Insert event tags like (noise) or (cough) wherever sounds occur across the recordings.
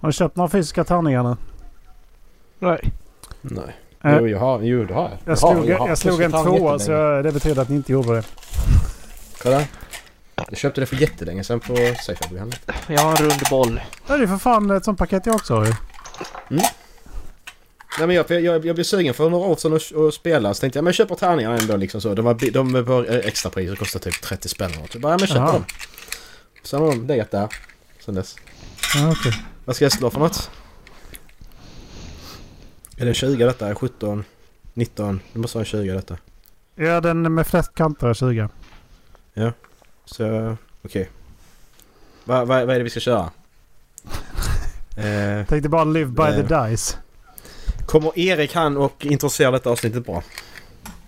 Har du köpt några fysiska tärningar nu? Nej. Nej. Eh, Jo, jag har. Jo, det har jag. Jag har, slog, har. jag slog en Fysiska tvåa tärningar så jag, det betyder att ni inte gjorde det. Kolla. Jag köpte det för jättelänge sedan på Safeab-programmet. Jag har en rund boll. Ja, det är för fan ett sånt paket jag också har ju. Nej men jag, för jag, jag blev sugen för några år sedan att, att spela så tänkte jag men jag köper tärningar ändå liksom så. De var, bi- de var eh, extrapriser, kostade typ 30 spänn eller något. Så jag bara, ja men jag Jaha. köper dem. Sen har de legat där. Sen dess. Ja, okej. Vad ska jag slå för något? Är det 20 detta? Är det 17? 19? Det måste vara en 20 detta. Ja, den med flest kanter är 20. Så, okej. Va- va- Vad är det vi ska köra? (laughs) eh, Tänkte bara live by Nej. the dice. kommer Erik han och introducera detta avsnittet bra?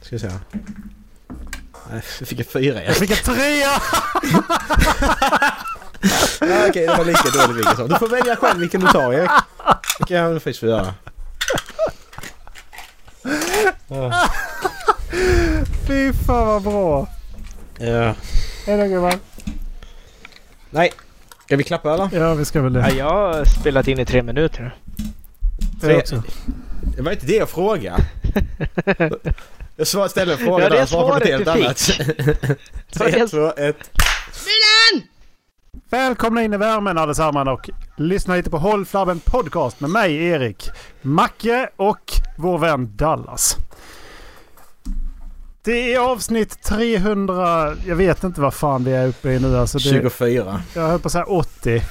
Ska vi se här. Nej, jag fick en fyra Erik. Jag fick en trea! (laughs) Ja, okej, det var lika dålig vilken som. Du får välja själv vilken du tar Erik. Vilken jag faktiskt får göra. Fy fan vad bra! Ja. Hejdå gubbar! Eh, Nej. Ska vi klappa eller? Ja, vi ska väl Ja, det. jag har spelat in i tre minuter nu. Det också. Det var inte det jag frågade. Jag svar- ställde en fråga Ja, det där, svarade på något svaret helt du (laughs) annat. (laughs) var det- Tre, två, ett. Välkomna in i värmen allesammans och lyssna lite på Håll Flabben Podcast med mig Erik, Macke och vår vän Dallas. Det är avsnitt 300, jag vet inte vad fan vi är uppe i nu alltså. Det, 24. jag höll på att säga 80.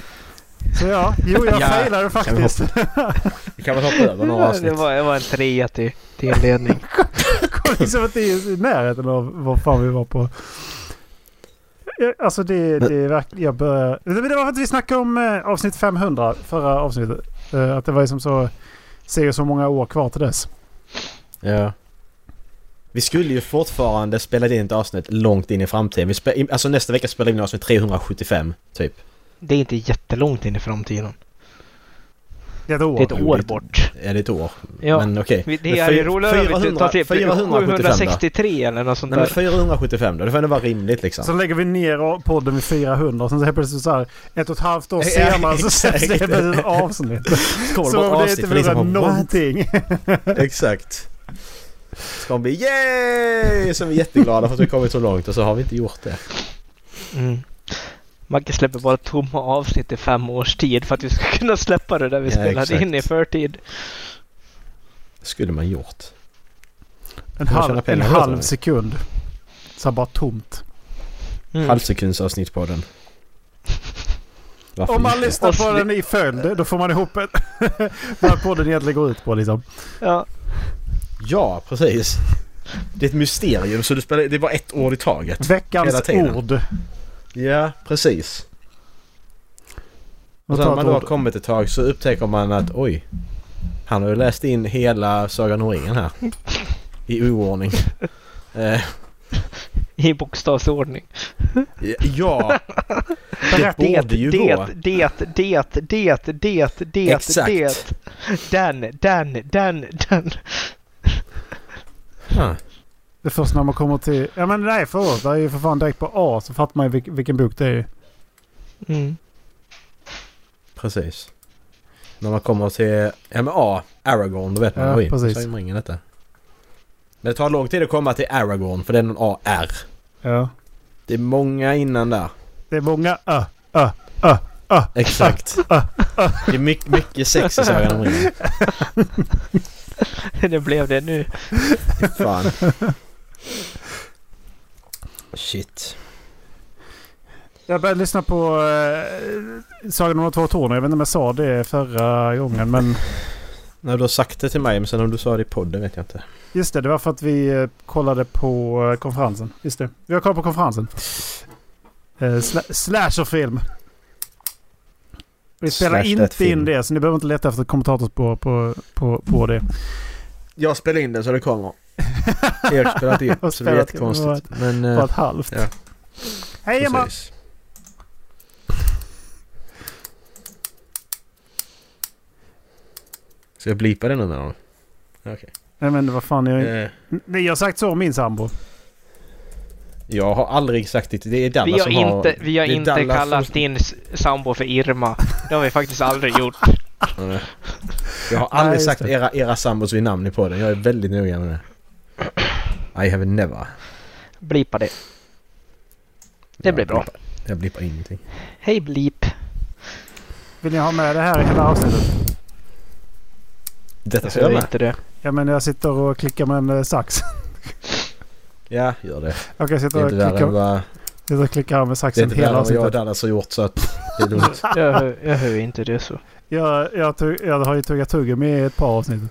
Så ja, jo jag Ja, failade Kan vi, faktiskt. hoppa, vi kan väl hoppa över några Det avsnitt. var, det var en trea till, till inledning. kom (laughs) liksom inte ens i närheten av vad fan vi var på. Ja, Alltså det, det är verkligen, jag börjar... Det det var för att vi snackade om eh, avsnitt 500 förra avsnittet. Eh, att det var liksom så, ser så många år kvar till dess. Ja. Vi skulle ju fortfarande spela in ett avsnitt långt in i framtiden. Vi spe, alltså nästa vecka spelar vi in avsnitt 375, typ. Det är inte jättelångt in i framtiden. Det är ett år. Det är ett år roligt. bort. Är det ett år? Ja. Men okej. Vi- Det Men är ju fyra- roligare om vi 400, tar till 475 då. 763 eller något sånt Nej men där. 475 då, det får ändå vara rimligt liksom. (laughs) Så lägger vi ner podden vid 400 och sen så helt plötsligt så här ett och ett halvt år senare så släpps det exakt. ett nytt avsnitt. kommer Som om det inte för ni som vore bara, "What?" någonting. Exakt. Så kommer bli yay! Så är vi jätteglada för att vi kommit så långt och så har vi inte gjort det. Mm. Macke släpper bara tomma avsnitt i fem års tid för att vi ska (laughs) kunna släppa det där vi Ja, spelade exakt. in i förtid. skulle man gjort. En tjäna halv, en pengar på det, halv så. sekund. Så här bara tomt. Mm. Halvsekundsavsnitt på den. Varför Om man inte? lyssnar på Och den i följd då får man ihop ett, (laughs) vad podden egentligen går ut på liksom. Ja. Ja, precis. Det är ett mysterium så du spelar, det var ett år i taget. Hela Veckans tiden. ord. Ja, precis. Och Och sen ta när ett man då har ord. kommit ett tag så upptäcker man att oj, han har ju läst in hela Sagan om ringen här. I (laughs) oordning. Eh, I bokstavsordning. (laughs) ja, det Berätta. borde ju det, gå. det, det, det, det, det, Exakt. det. Den, den, den, den. Ah, Det är först när man kommer till... Ja men nej förlåt. Det är ju för fan direkt på A så fattar man ju vilk, vilken bok det är. Mm. precis. När man kommer till ja, men A, Aragorn, då vet man Ja, oj, precis. Sagan om ringen detta. Men det tar lång tid att komma till Aragorn för det är någon AR. Ja. Det är många innan där. Det är många Ö. (laughs) Exakt. det är mycket, mycket sex i Sagan om ringen. Det blev det (laughs) nu. Fan. (laughs) Shit. Jag började lyssna på eh, Sagan om de två tornen. Jag vet inte om jag sa det förra gången men... När du har sagt det till mig, men sen om du sa det i podden vet jag inte. Just det, det var för att vi eh, kollade på eh, konferensen. Just det, vi har kollat på konferensen. Eh, sla slasherfilm. Vi spelar Slashed inte film. in det, så ni behöver inte leta efter kommentatorspår på, på, på det. Jag spelar in den så det (laughs) kommer. Erik spelat in, Jag så det spelat är in, jättekonstigt. Men... Bara Eh, ett halvt. ja. Hej Emma! precis. Ska jag blipa det nu med honom? Okej. Nej men vad fan, jag, Eh, ni har sagt så om min sambo. jag har aldrig sagt det. Det är Dallas Vi har som har... inte, vi har det är inte Dallas som- (laughs) kallat din s- sambo för Irma. Det har vi faktiskt aldrig gjort. med det. Jag har aldrig just sagt det. era, era sambos vid namn i podden. Jag är väldigt noga med det. I have never. Blipa det. Det blir Jag bra. blippar- Jag blippar ingenting. Hej blip. Vill ni ha med det här i hela avsnittet? Detta Jag ska jag hör med. inte det. Ja men jag sitter och klickar med en eh, sax. (laughs) Ja, gör det. Okej, jag Det är sitter och, inte värre än klickar, vad... sitter och klickar här med Det är saxen inte värre hela än vad jag och avsnittet. Dallas har gjort (laughs) så att det är lugnt. Jag hör, jag hör inte det så. Jag, jag, tog, jag har ju tuggat tuggummi i ett par avsnitt.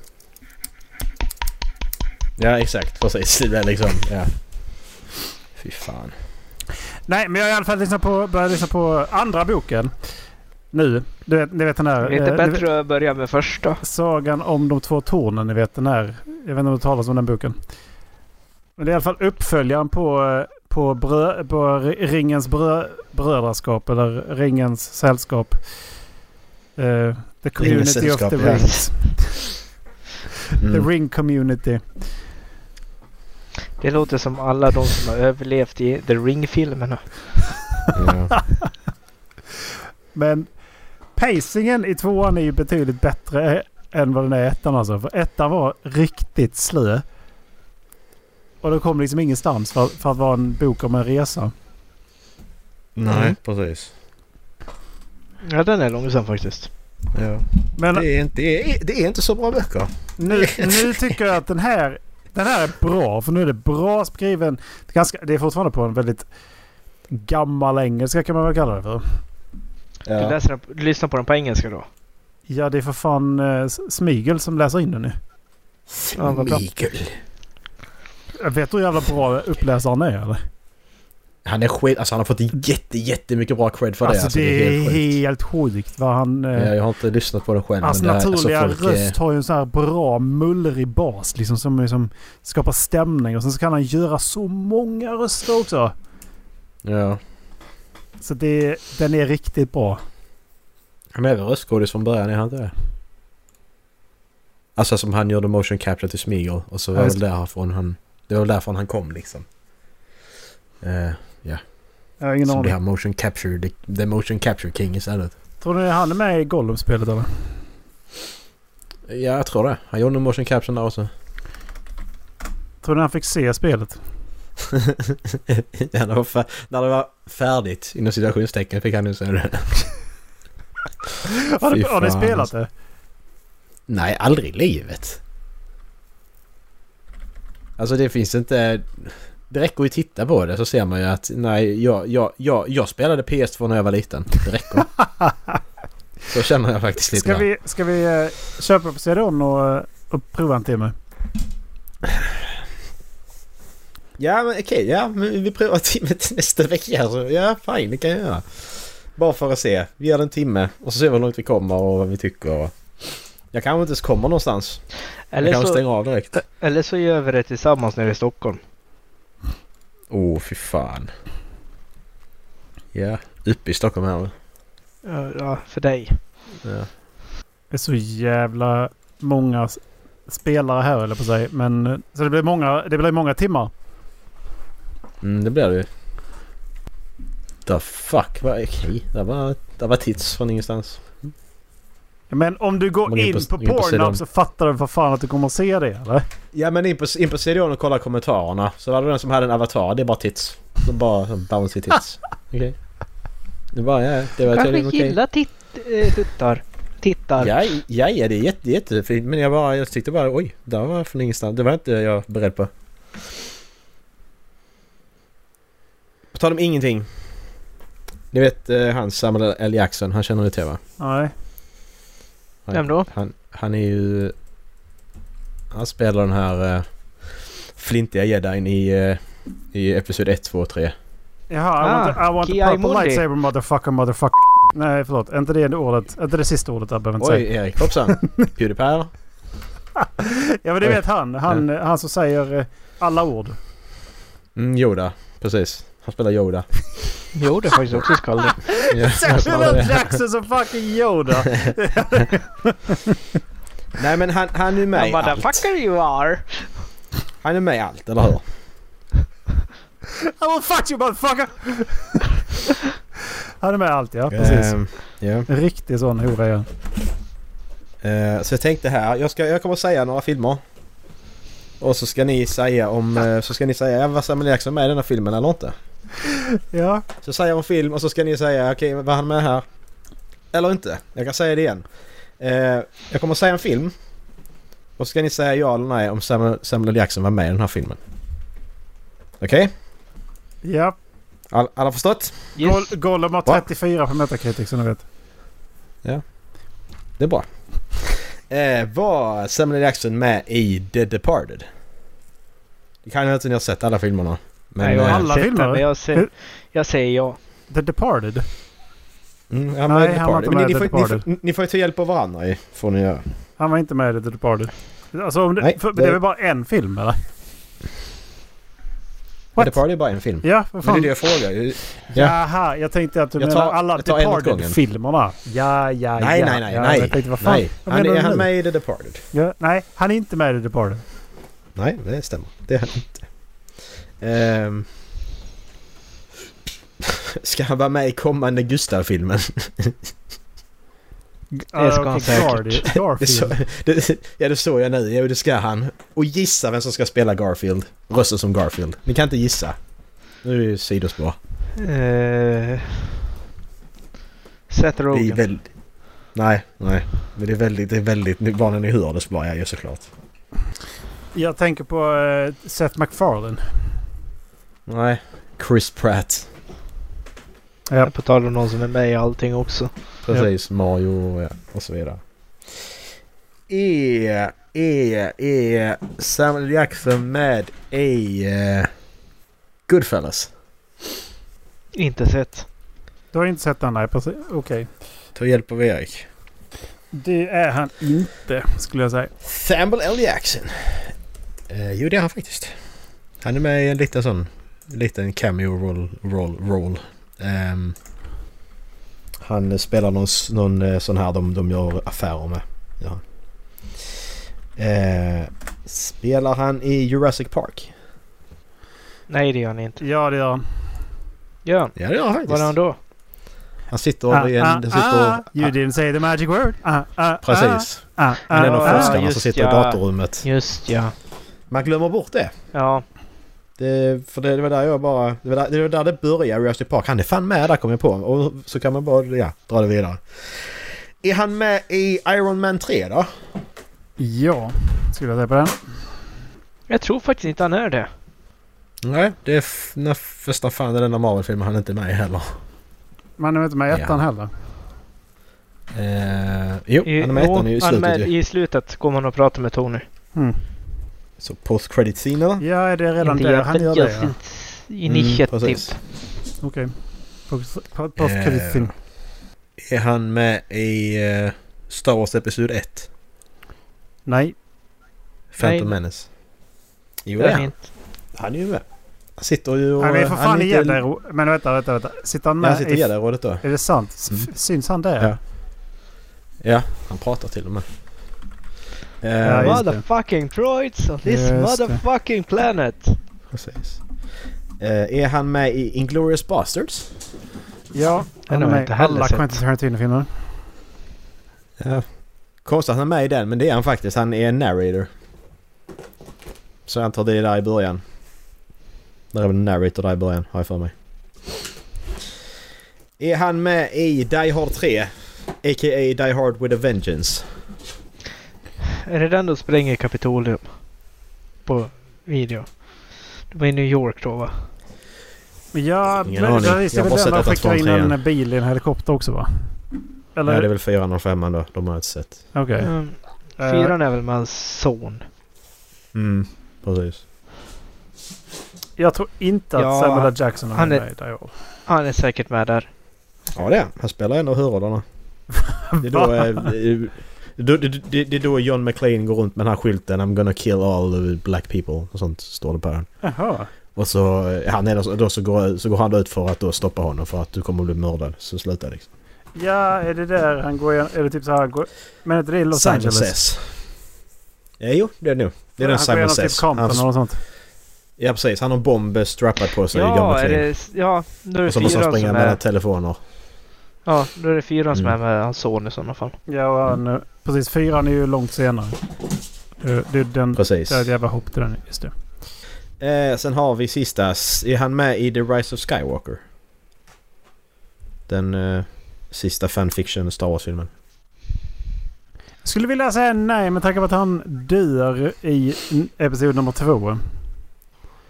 Ja, exakt. Precis. Det är liksom... Ja. Fy fan. Nej, men jag har i alla fall lyssnat på, börjat lyssna på andra boken. Nu. Du vet, ni vet den Det här... är inte eh, ni vet, bättre att börja med första. sagan om de två tornen, ni vet den här. Jag vet inte om det talas om den boken. Men det är i alla fall uppföljaren på, eh, på, brö, på R- Ringens brö, brödraskap eller Ringens sällskap. Eh, the Community sällskap, of the ja. Rings. Mm. The Ring Community. Det låter som alla de som har överlevt i The Ring-filmerna. (laughs) Ja. Men pacingen i tvåan är ju betydligt bättre än vad den är i ettan alltså. För ettan var riktigt slö. Och då kom liksom ingenstans för, för att vara en bok om en resa. Mm. Nej, precis. Ja, den är långsam faktiskt. Ja. Men Det, är inte, det, är, det är inte så bra böcker. (laughs) nu, nu tycker jag att den här, den här är bra. För nu är det bra skriven. Ganska, det är fortfarande på en väldigt gammal engelska kan man väl kalla det för. Du, läser den, du lyssnar på den på engelska då? Ja, det är för fan eh, Smigel som läser in den nu. Ja, vad bra. Mikael. Jag vet du hur jävla bra uppläsaren är eller? Han är skit, alltså han har fått jätte, jättemycket bra cred för Alltså, det, är helt sjukt. helt sjukt vad han... eh, Ja, jag har inte lyssnat på den själv. Hans men det är- Alltså, Alltså, naturliga folk är- röst har ju en sån här bra mullrig bas liksom som liksom skapar stämning. Och sen så kan han göra så många röster också. Ja. Så det, den är riktigt bra. Han är väl röstskådis från början, är han inte det? Alltså som han gjorde motion capture till Smeagol och så var Ja, väl just därifrån han... Det var därifrån han kom liksom. Eh, Jag har ingen så blev aning. han motion capture, the, the motion capture king istället. Tror ni han är med i Gollum-spelet eller? Ja, jag tror det. Han gjorde motion capture där också. (laughs) Tror ni han fick se spelet? när, det var fär- när det var färdigt, inom citationstecken, fick han ju säga det. Har ni, Fy har ni fan. spelat det? Nej, aldrig i livet. Alltså det finns inte... Det räcker ju att titta på det så ser man ju att nej, jag, jag, jag, jag spelade PS2 när jag var liten. Det räcker. så känner jag faktiskt lite Ska grann. vi, ska vi eh, köpa på cd-on och, eh, och prova en timme? Ja, men okej. ja, men vi provar timmen till nästa vecka. Så, ja, fine, det kan jag göra. Bara för att se. Vi gör det en timme och så ser vi hur långt vi kommer och vad vi tycker. Och... Jag kanske inte ens kommer någonstans. Eller jag kanske så, stänger av direkt. eller så gör vi det tillsammans nere i Stockholm. Åh, oh, fy fan. Ja, uppe i Stockholm här nu. Ja, Ja, för dig. Ja. Det är så jävla många s- spelare här eller på sig. Men, eh, så det blir många, det blir många timmar. Mm, det blir det ju. The fuck, vad okej. Det var, det var tits från ingenstans. Men om du går Man går in in på- på, går in på sidan. Pornhub så fattar du för fan att du kommer att se det eller? Ja men in på, in på CDON och kolla kommentarerna. Så var det den som hade en avatar, det är bara tits. De bara så bouncy (laughs) tits. Okej. Det bara, ja, det var Kanske tydligen okej. gillar titt, eh, tuttar. Tittar. Ja, ja, ja, det är jätte, jättefint. Men jag bara, jag tyckte bara oj, det var från ingenstans. Det var inte jag beredd på. På tal om ingenting. Ni vet eh, han Samuel L. Jackson, han känner ni till va? Nej. Han- Vem då? Han, han är ju... Han spelar den här eh, flintiga jedin i, eh, i Episod 1, 2 och 3. Jaha, I want, the, I want the Ah, Ki-Ai purple Mundi. lightsaber motherfucker motherfucker. Nej förlåt, är inte det det ordet? Är inte det sista ordet jag behöver inte Oj säga? Erik, hoppsan! Pewdiepie Ja men det Oj. vet han. Han, han som säger eh, alla (laughs) ord. mm, Yoda, precis. Han spelar Yoda. Jo, det är faktiskt också skallig. Ja, Samuel L. det. Jackson som fucking Yoda! (laughs) Nej men han, han är med i allt. Motherfucker you are! Han är med i allt, eller hur? I will fuck you motherfucker! (laughs) Han är med allt ja, precis. Ehm, ja. En riktig sån hora ja. Eh, så jag tänkte här, jag, ska, jag kommer säga några filmer. Och så ska ni säga om, eh, så ska ni säga, var Samuel Jackson med i den här filmen eller inte? Ja, Så jag säger en film och så ska ni säga, okej var han med här? Eller inte. Jag kan säga det igen. Eh, jag kommer säga en film. Och så ska ni säga ja eller nej om Samuel, Samuel Jackson var med i den här filmen. Okej? ja. All, alla förstått? Yes. Gol- Gollum har Va? 34 på Metacritic som ni vet. Det är bra. Eh, var Samuel Jackson med i The Departed? Det kan jag inte ni har sett alla filmerna. Men, Nej, jag har eh, alla inte sett filmer? den, men jag, ser, Hur- jag säger ja. The Departed? mm, han var med i Nej, The han var Departed. inte Men med i ni, The får, ni, får, Departed. ni får ju ta hjälp av varandra ju, får ni göra. Han var inte med i The Departed. Alltså om det, Nej, för, det- det... är väl bara en film (laughs) eller? The What? Departed är bara en film. Ja, vad Men det är fan. det jag frågar. Ja. Jaha, jag tänkte att du Jag menar tar- alla jag tar en åt gången. Departed-filmerna. Ja, ja, Nej, ja. nej, nej, ja, nej. Jag tänkte, vad fan? Nej, Vad han, menar är du han nu? med i The Departed? Ja, nej, han är inte med i The Departed. Nej, det stämmer. Det är han inte. Ehm. (laughs) Ska han vara med i kommande Gustav-filmen? Det ska han Eh, okej, säkert. Gardi- (laughs) Det så, Garfield. (laughs) det, ja, det såg jag nu. Jo, det ska han. Och gissa vem som ska spela Garfield. Rösten som Garfield. Ni kan inte gissa. Nu är det ju sidospår. Uh, Seth Det är Rogen. väldigt... Nej, nej. Men det är väldigt, det är väldigt... nu- Bara när ni hör det så bara, ja, ju såklart. Jag tänker på eh, Seth MacFarlane. Nej. Chris Pratt. Ja. På tal om någon som är med i allting också. Precis, Mario och, ja, och så vidare. Är, är, är E, Samuel Jackson med i eh, Goodfellas? Inte sett. Du har inte sett den? Nej, precis. Okej. Ta hjälp av Erik. Det är han inte, skulle jag säga. Samuel L. Jackson. Eh, jo, det är han faktiskt. Han är med i en liten sån... Liten cameo roll. roll, roll. Ehm, han spelar någon, s- någon eh, sån här de, de gör affärer med. Ja. Eh, spelar han i Jurassic Park? Nej, det gör han inte. Ja, det gör han. Gör han? Ja, det gör han Var är han då? Han sitter i en... Ah, ah, han sitter, ah, you didn't say the magic word. Ah, ah, precis. Ah, ah, Han är en av ah, forskarna just som sitter i ja. datorrummet. Just ja. Man glömmer bort det. Ja, Det, för det, det var där jag bara... Det var där det, var där det började, Rusty Park. Han är fan med där kom jag på. Och så kan man bara ja, dra det vidare. Är han med i Iron Man 3 då? Ja, skulle jag säga på den. jag tror faktiskt inte han är det. Nej, det är f- när första fan den där Marvel-filmen han är inte med i heller. Man är inte med i ettan Ja. heller. Eh, jo, I- han är med i ettan i jo, han är slutet med ju. I slutet kommer han och pratar med Tony. Mm. Så post-credit-scenen då? Ja, är det är redan där han gör det? Ja. Initiativ. Mm, precis. Okej. Post- post- Eh. Postkreditfilm. Är han med i eh, Star Wars Episod 1? Nej. Phantom Nej. Menace? Jo, det är han inte. Han är ju med. Han sitter ju och... Han är för han fan i är inte- Gäddarådet. Men vänta, vänta, vänta. Sitter han Ja, Han med sitter i i... Gäddarådet då. Är det sant? S- Mm. Syns han där? Ja. Ja, han pratar till och med. Eh, Ja, just det. Motherfucking droids on this Just det. motherfucking planet. precis. Eh, är han med i Inglourious Basterds? Ja, han är har jag med inte i heller alla sett. Quentin Tarantino-filmer. Ja. Konstigt att han är med i den, men det är han faktiskt. Han är en narrator. Så jag antar det är där i början. Där är väl en narrator där i början, har jag för mig. Är han med i Die Hard 3? A.k.a. Die Hard with a Vengeance. Är det den de spränger Kapitolium? På video. Det var i New York då va? Ja, Ingen men aning. där visste Jag väl har den bara sett där ett av skickar in tvåan, trean. en bil i en helikopter också va? Eller? Nej, det är väl 405 då. De har jag inte sett. Okej. Mm. Eh, Fyran är väl med hans son? Mm, precis. Jag tror inte att Ja, Samuel L. Jackson har han varit är- med i Die Hard. Han är säkert med där. Ja, det är han. Han spelar en av huvudrollerna. Det är då... eh, då- det- det- Det är då John McClane går runt med den här skylten I'm gonna kill all black people och sånt står det på den. Jaha. Och så, eh, han är då, då så, går, så går han ut för att då stoppa honom för att du kommer bli mördad. Så sluta liksom. Ja, är det där han går igen? Är det typ så här han går... Men är inte det i Los Angeles? Says. Ja, jo, det är det nog. Det är den han går Simon igenom typ Says. Compton Han, eller något sånt. ja, precis. Han har en bomb strappad på sig. John Ja, är McClane. det, ja, nu är det Och så måste han fyran springa som mellan är... telefoner. Ja, då är det fyran som är Mm. med hans son i sådana fall. Ja, och han, eh, precis. Fyran är ju långt senare. Eh, Det är den... Precis. Det är ett jävla hopp till den. Just det. Eh, sen har vi sista. S- Är han med i The Rise of Skywalker? Den eh, sista fanfiction Star Wars-filmen. Skulle vilja säga nej med tanke på att han dör i n- episod nummer två.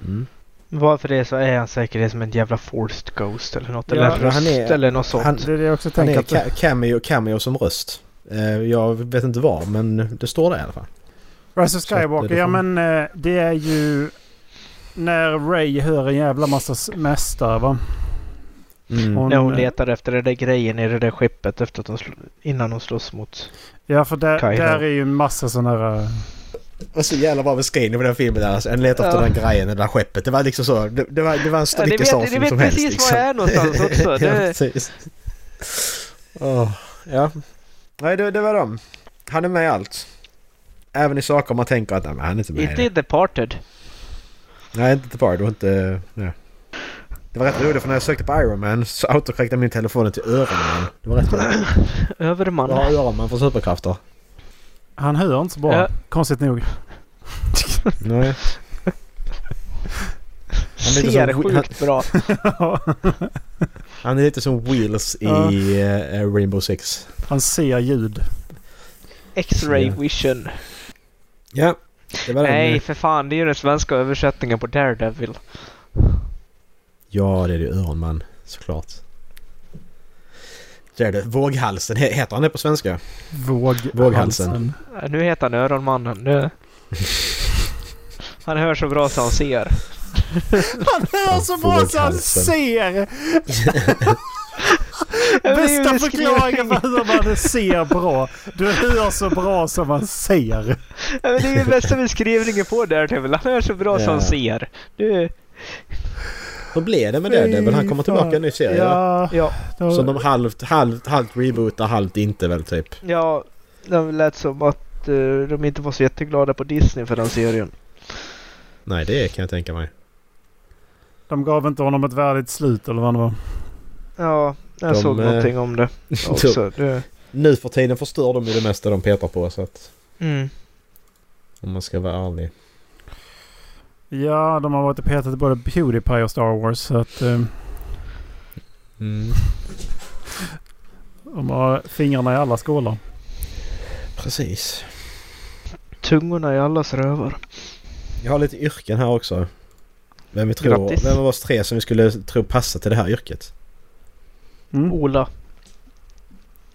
Mm. Varför det är så är han säkert det är som en jävla forced ghost eller något. Ja, eller en men han röst är- eller något sånt. han- Det är det jag också Han tänker. är Att ca- cameo, cameo som röst. Eh, jag vet inte var men det står där i alla fall. Rise of Så att det är Skywalker, ja därför. men eh, det är ju när Ray hör en jävla massa s- mästare va? Mm. När hon eh, letar efter den där grejen i det där skeppet efter att de sl- innan hon slåss mot... Ja för där, Kylo. där är ju en massa sådana här... eh, Och så jävla bra beskrivning på den filmen där. Alltså, en letar efter Ja. den grejen, det där skeppet. Det var liksom så. Det, det, var, det var en Ja, ni stycke vet- Star ni Wars-film vet som helst. liksom. precis var jag är (laughs) någonstans också. ja, Det- precis. Åh, ja. Nej, det, det var dem. Han är med i allt. Även i saker man tänker att nej, men han är inte med i Inte det. i Departed. Nej, inte Depard. Det var inte... Nej. Det var rätt roligt för när jag sökte på Iron Man så autokorrektade min telefon till Öronman. Det var (laughs) rätt roligt. Överman. Vad har Öronman för superkrafter? Han hör inte så bra, Ja. konstigt nog. (laughs) Nej. är lite Ser som- sjukt bra. Han är lite som Wheels i Ja. eh, Rainbow Six. Han ser ljud. X-ray Ja. vision. Ja, det var den. Nej, för fan. Det är ju den svenska översättningen på Daredevil. Ja, det är det Öronman såklart. Det är det. Våghalsen, he- heter han det (laughs) på svenska? Våg Våghalsen. halsen. Äh, Nu heter han Öronmannen. Nu. Han hör så bra så han (laughs) ser. Han hör så bra så han Våghalsen. ser! Det är ju Bästa beskrivningen. förklaringen för hur man ser bra. Du hör så bra som man ser. (laughs) Ja, men Det är ju bästa beskrivningen på Daredevil. Han hör så bra så Ja. han ser. Du, Hur blev det med det? Devil? Han kommer tillbaka i en ny serie va? Ja, ja, då- Som de halvt, halvt, halvt rebootar, halvt inte väl typ. ja, det lät som att eh, de inte var så jätteglada på Disney för den serien. Nej, det kan jag tänka mig. de gav inte honom ett värdigt slut eller vad det var. Ja, jag De, såg eh, någonting om (laughs) det också. Det, Nu för tiden förstör de ju det mesta de petar på så att mm. om man ska vara ärlig. Ja, de har varit och petat i både Pewdiepie och Star Wars. Så att eh, de har fingrarna i alla skålar. Precis. Tungorna i allas rövar. Jag har lite yrken här också. Vem vi tror, Grattis. vem av oss tre som vi skulle tro passar till det här yrket? Mm. Ola.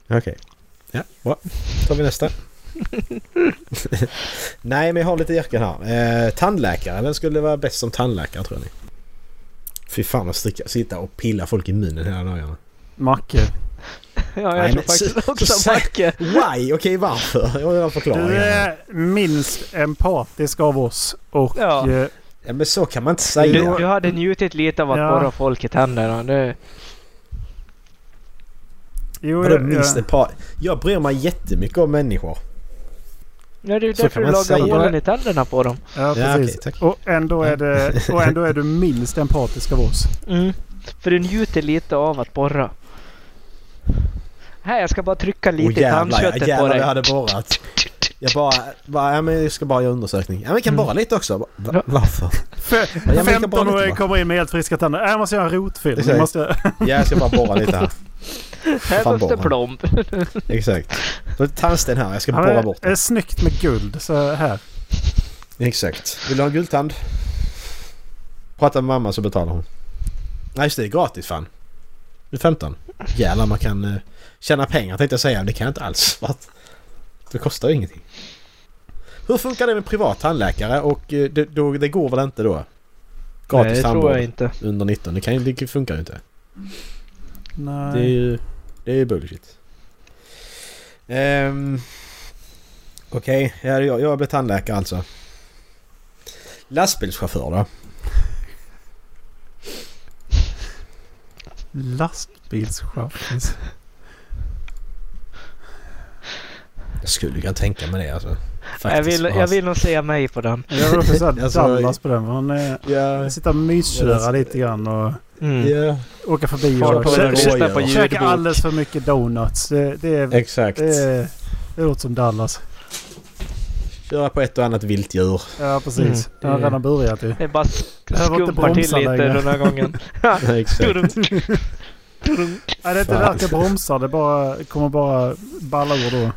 Okej. Ja, bra. tar vi nästa. Nej, men jag har lite yrken här. Eh, tandläkare. Vem skulle vara bäst som tandläkare tror ni? Fy fan att sticka, sitta och pilla folk i munnen hela dagarna. Macke. Ja, jag Nej, tror men faktiskt så- också så- Macke. Why? Okej, varför? Jag vill ha en förklaring. Du här. är minst empatisk av oss. Och Ja. eh, Ja, men så kan man inte Du, säga. du hade njutit lite av att Ja. borra folk i tänderna. Det, jo, Vadå jag- minst jag- ett par? Jag bryr mig jättemycket om människor. nej, det är ju Så därför kan du man lagar säga. hålen i tänderna på dem. Ja, Ja, precis. okej, tack. och, ändå är det, och ändå är du minst empatisk av oss. Mm. För du njuter lite av att borra. Här, jag ska bara trycka lite Åh, i jävlar, ja, tandköttet på jävlar, dig. jag hade borrat. Jag bara, bara, ja, men jag ska bara göra undersökning. Ja, men vi kan Mm. borra lite också. Va- Ja. Va, (laughs) varför? Fe- men jag kan bara 15-åring lite, va? kommer in med helt friska tänder. Äh, Jag måste göra en rotfilm. Exakt. Jag måste... Ja, jag ska bara borra lite här. Här Fan, måste borra. plomb. Exakt. Då är det Tandsten här, jag ska Ja, borra men, bort det är den. snyggt med guld. Så här. Exakt. Vill du ha en guldtand? Prata med mamma så betalar hon. Nej just det, det är gratis fan. Du är 15. Jävlar man kan eh, tjäna pengar tänkte jag säga, men det kan jag inte alls. För att det kostar ju ingenting. Hur funkar det med privat tandläkare och eh, det, då, det går väl inte då? Nej, det Gratis tror jag tandvård inte. under 19, det, kan, ju- det funkar ju inte. Nej. Det är ju det är ju bullshit. Ehm, Okej, ja, jag, jag blev tandläkare alltså. Lastbilschaufför då? Lastbilschaufför. Jag skulle kunna tänka mig det alltså. Jag Faktiskt, vill, på jag hans- vill nog säga nej på den. Jag vill också säga Alltså, Dallas på den. för Han eh, Ja, sitter och mysköra lite grann och Mm. ja, åka förbi Fara och på käka, väg käka, lyssna på Oj, käka ljudbok. alldeles för mycket donuts. Det, det, är, det, exakt. är- det låter som Dallas. Köra på ett och annat viltdjur. Ja, precis. Mm. Den har redan börjat ju. Det är bara Behöver inte skumpar till bromsa lite längre. den här (laughs) gången. Ja, (laughs) exakt. Tudum. Tudum. Nej, det är inte Fan. värt att bromsa. Det bara, kommer bara balla ur då.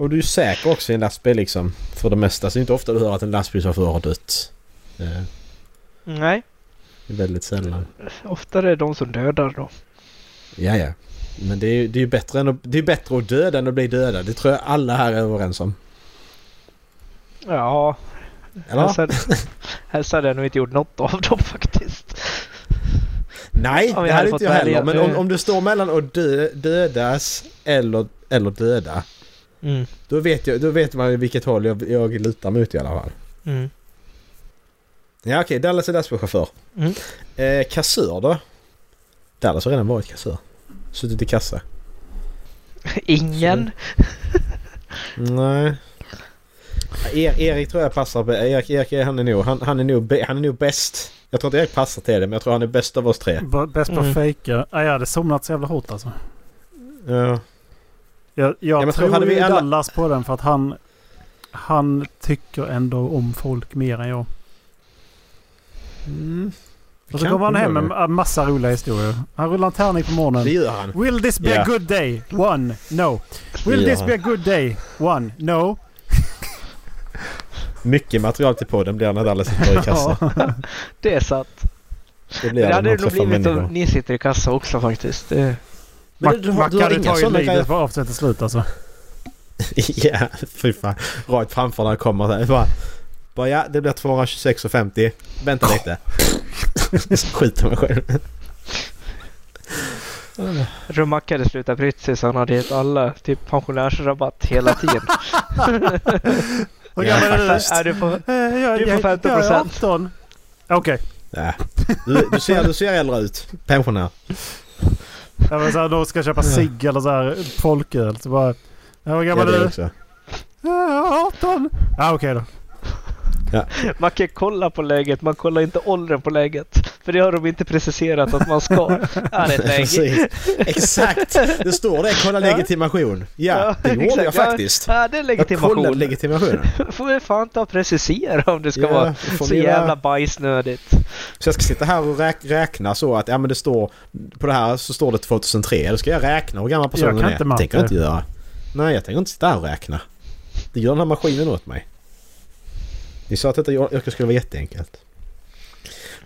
Och du är säker också i en lastbil liksom. För det mesta. Så det är inte ofta du hör att en lastbilschaufför har dött. Eh, Nej, Det är väldigt sällan. oftare är det de som dödar då. Ja, ja. Men det är ju det är ju bättre, än att, det är bättre att döda än att bli dödad. Det tror jag alla här är överens om. Ja, Eller? helst hade- helst hade jag nog inte gjort något av dem faktiskt. Nej, Om vi det hade hade fått inte jag heller. välja, Eh. Men det- om, om du står mellan att dö, dödas eller, eller döda. Mm. Då vet, jag, då vet man ju vilket håll jag, jag lutar mot i alla fall. Mm. Ja okej, Dallas är lastbilschaufför. Mm. Eh, kassör då? Dallas har redan varit kassör. Suttit i kassa. Ingen. Nej. Er, Erik tror jag passar. bä- Erik, Erik han är, nog, han, han, är nog, bä- han är nog bäst. Jag tror inte Erik passar till det men jag tror han är bäst av oss tre. B- Bäst på Mm. att fejka. Nej, jag hade somnat så jävla hårt alltså. Ja. Jag, jag Ja, men tror hade vi ju alla- Dallas på den för att han, han tycker ändå om folk mer än jag. Mm. Och så kommer han hem med en massa roliga historier. Han rullar en tärning på morgonen. Det gör han. Will this be Ja. a good day? One. No. Will this Ja. be a good day? One. No. Mycket material till podden blir när Dallas sitter i kassa. Det är sant. Det blir Det hade när det man nog träffar blivit människor. (laughs) om ni sitter i kassa också faktiskt. Det... Mac- Men du har, du Mackan har hade inga tagit sådana livet av sig till slut alltså. Ja, fy fan. Rakt framför när han kommer så här. Bara, bara ja, det blir 226,50. Vänta lite. Skjuter mig själv. Rumacka hade slutat bryta sig så han hade gett alla typ pensionärsrabatt hela (laughs) tiden. Hur Ja, gammal är du? är du på... Eh, Jag, Du får jag, 50%. jag är 18. Okej. Ja. Du, du, ser, du ser äldre ut. Pensionär. Jag var såhär, då ska jag köpa cigg eller såhär folköl. Så bara... Ja, hur Ja, gammal det är du? också. Eh, 18. Ja, okej då. Man kan kolla på läget, man kollar inte åldern på läget. För det har de inte preciserat att (laughs) man ska. Är det ett läge? (laughs) Precis. Exakt. Det står det. Kolla legitimation. Ja, det gjorde jag exakt. Ja, faktiskt. Ja, det är Jag kollade legitimation. legitimationen. Får vi fan ta och precisera om det (laughs) ska Ja, vara får så ni göra- jävla bajsnödigt. Så jag ska sitta här och räk- räkna så att ja men det står på det här så står det 2003. Då ska jag räkna hur gammal personen Jag kan är. inte det tänker jag matte. inte göra. Nej jag tänker inte sitta här och räkna. Det gör den här maskinen åt mig. Ni sa att detta yrke skulle vara jätteenkelt.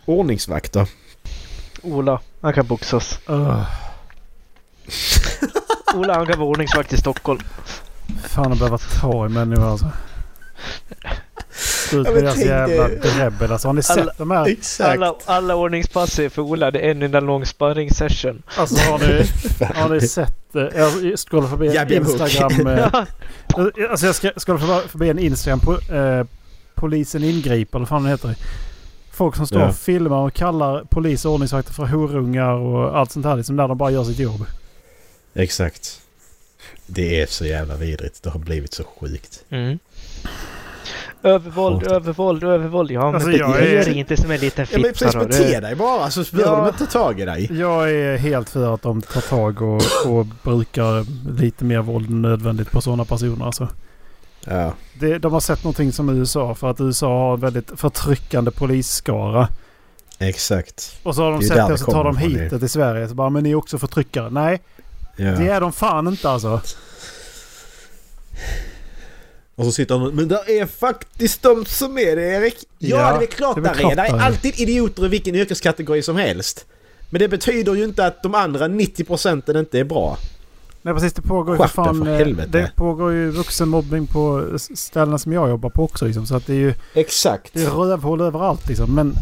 Ordningsvakter. Ola, han kan boxas. Uh, Ola, han kan vara ordningsvakt i Stockholm. fan att behöva ta i människor alltså. Slut med Ja, men deras tänk jävla dig- drebbel alltså. Har ni sett Alla- de här? Exakt. Alla, alla ordningspass är för Ola, det är en enda lång sparring-session. Alltså har ni, har ni sett? eh, Jag scrollar förbi en Jabby Hook. Instagram. (laughs) eh, eh, Alltså jag ska- scrollar förbi- förbi en Instagram. På, eh, polisen ingriper eller vad fan det heter. Folk som står Ja. och filmar och kallar polis och ordningsvakter för horungar och allt sånt här. Liksom där de bara gör sitt jobb. Exakt. Det är så jävla vidrigt. Det har blivit så sjukt. Mm. Övervåld, Hatar. övervåld, övervåld. Ja, men Alltså, det jag jag är- gör inte som en liten Ja men fitta precis då. Det- bete dig bara så behöver Ja. de inte ta tag i dig. Jag är helt för att de tar tag och, och brukar lite mer våld än nödvändigt på sådana personer. Alltså. Ja. Det, de har sett någonting som USA för att USA har en väldigt förtryckande polisskara. Exakt. Och så har de Det är sett där det det och så tar de kommer från, hit det till Sverige. Så bara, men ni är också förtryckare. Nej, Ja. det är de fan inte alltså. Och så sitter han och, Men där är faktiskt de som är det Erik! Ja, Ja, det är klart det är väl där är! klart Det är där är. alltid idioter i vilken yrkeskategori som helst. Men det betyder ju inte att de andra 90% inte är bra. Nej precis, det pågår ju för Skärp dig fan... för eh, helvete. det pågår ju vuxenmobbning på s- ställena som jag jobbar på också. Liksom, så att det är ju Exakt. det är rövhål överallt liksom. Men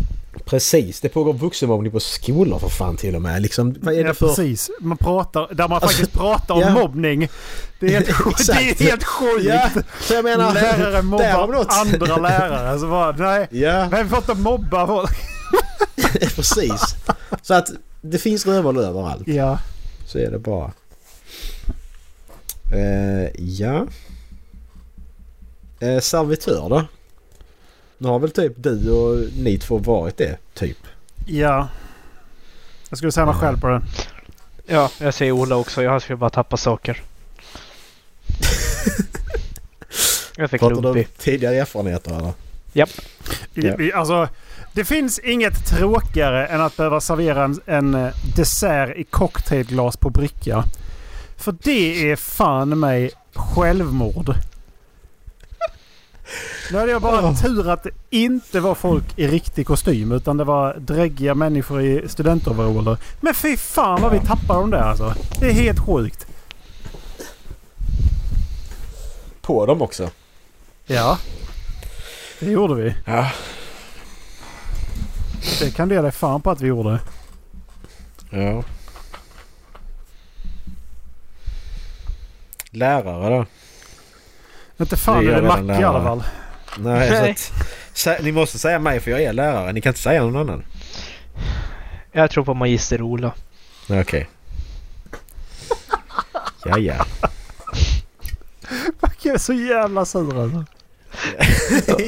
Precis, det pågår vuxenmobbning på skolor för fan till och med. Liksom, vad är Ja, det för... precis. Man pratar, där man Alltså, faktiskt pratar om ja. mobbning. Det är helt, sj- det (laughs) Exakt. är helt sjukt. Ja, så jag menar... Lärare där har vi mobbar något. andra lärare. Alltså bara, nej. (laughs) Ja, Men vi får inte mobba folk. precis. Så att det finns rövhål överallt. Ja. Så är det bara. Eh, ja. Eh, servitör då? Nu har väl typ du och ni två varit det, typ? Ja. Jag skulle säga mig själv på den. Ja, jag säger Ola också. Jag skulle bara tappa (laughs) saker. jag fick Pratar du om lumpig. tidigare erfarenheter eller? I- Ja. i- Alltså, det finns inget tråkigare än att behöva servera en, en eh, dessert i cocktailglas på bricka. För det är fan mig självmord. Nu hade jag bara tur att det inte var folk i riktig kostym utan det var dräggiga människor i studentoveraller. Men fy fan vad vi tappar dem där alltså. Det är helt sjukt. På dem också? Ja. Det gjorde vi. Ja. Det kan du ge dig fan på att vi gjorde. Ja. Lärare då? Inte fan Det är gör det redan Macke i alla lärare. fall. Nej, Nej. Så att, sä, ni måste säga mig för jag är lärare. Ni kan inte säga någon annan. Jag tror på magister Ola. Nej, Okej. Ja, ja. Macke är så jävla sur alltså.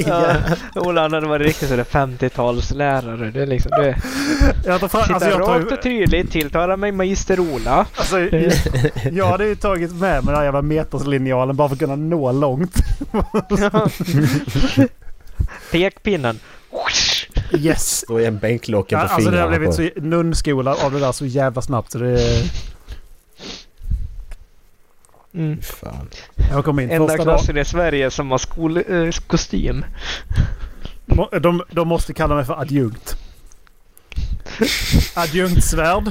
ja. (laughs) Ola han hade varit riktigt sådär 50-talslärare. Det är liksom det. Jag tar fram, alltså, Titta jag tar, rakt ju- och tydligt, tilltala mig magister Ola. alltså, jag hade ju tagit med mig den här jävla meterslinjalen bara för att kunna nå långt. Pekpinnen. Yes! Då är en bänklocken på Alltså det har fingrarna. blivit på. så nunnskola av det där så jävla snabbt så det... Mm. Fan. Jag kom in Enda första dagen. klassen i Sverige som har skol, eh, kostym. (laughs) Må- De, de måste kalla mig för adjunkt. Adjunktsvärd.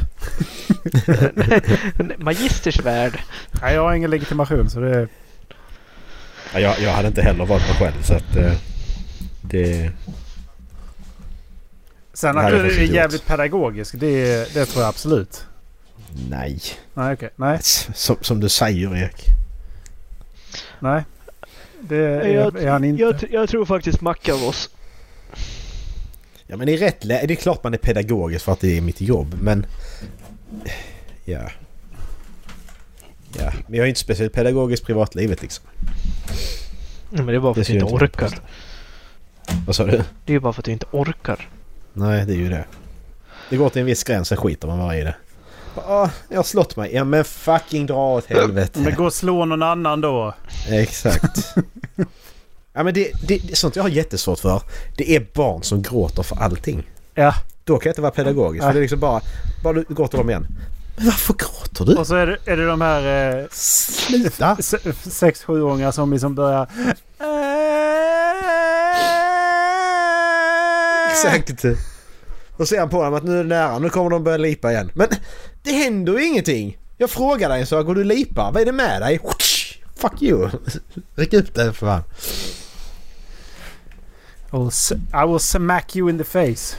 Magistersvärd. Nej, jag har ingen legitimation så det... Ja, jag, jag hade inte heller valt mig själv så att... Eh, det... Sen Det här att är du är faktiskt jävligt pedagogisk, det, det tror jag absolut. Nej. Nej, okej. Nej, Som, som du säger Erik. nej. Det är, Jag- är han inte. Jag, tr- jag tror faktiskt Mackan av oss. Ja men i rätt läge. Det är klart man är pedagogisk för att det är mitt jobb men... Ja. Ja. Men jag är inte speciellt pedagogisk i privatlivet liksom. Nej, men det är bara för att du skulle inte jag orkar. påstå. Vad sa du? Det är ju bara för att du inte orkar. Nej det är ju det. Det går till en viss gräns sen skiter man bara i det. Ah, jag har slått mig. Ja men fucking dra åt helvete. Men gå och slå någon annan då. Exakt. (laughs) ja men det, det, det är sånt jag har jättesvårt för. Det är barn som gråter för allting. Ja. Då kan jag inte vara pedagogisk. För det är liksom bara... Bara du gråter om igen. Men varför gråter du? Och så är det, är det de här eh, Sluta! se- sex sjuåringar som liksom börjar... Exakt! Då ser han på dem att nu är det nära, nu kommer de börja lipa igen. Men det händer ju ingenting! Jag frågar dig en sak och du lipar. Vad är det med dig? Fuck you! Ryck ut den för fan. I will s- I will smack you in the face.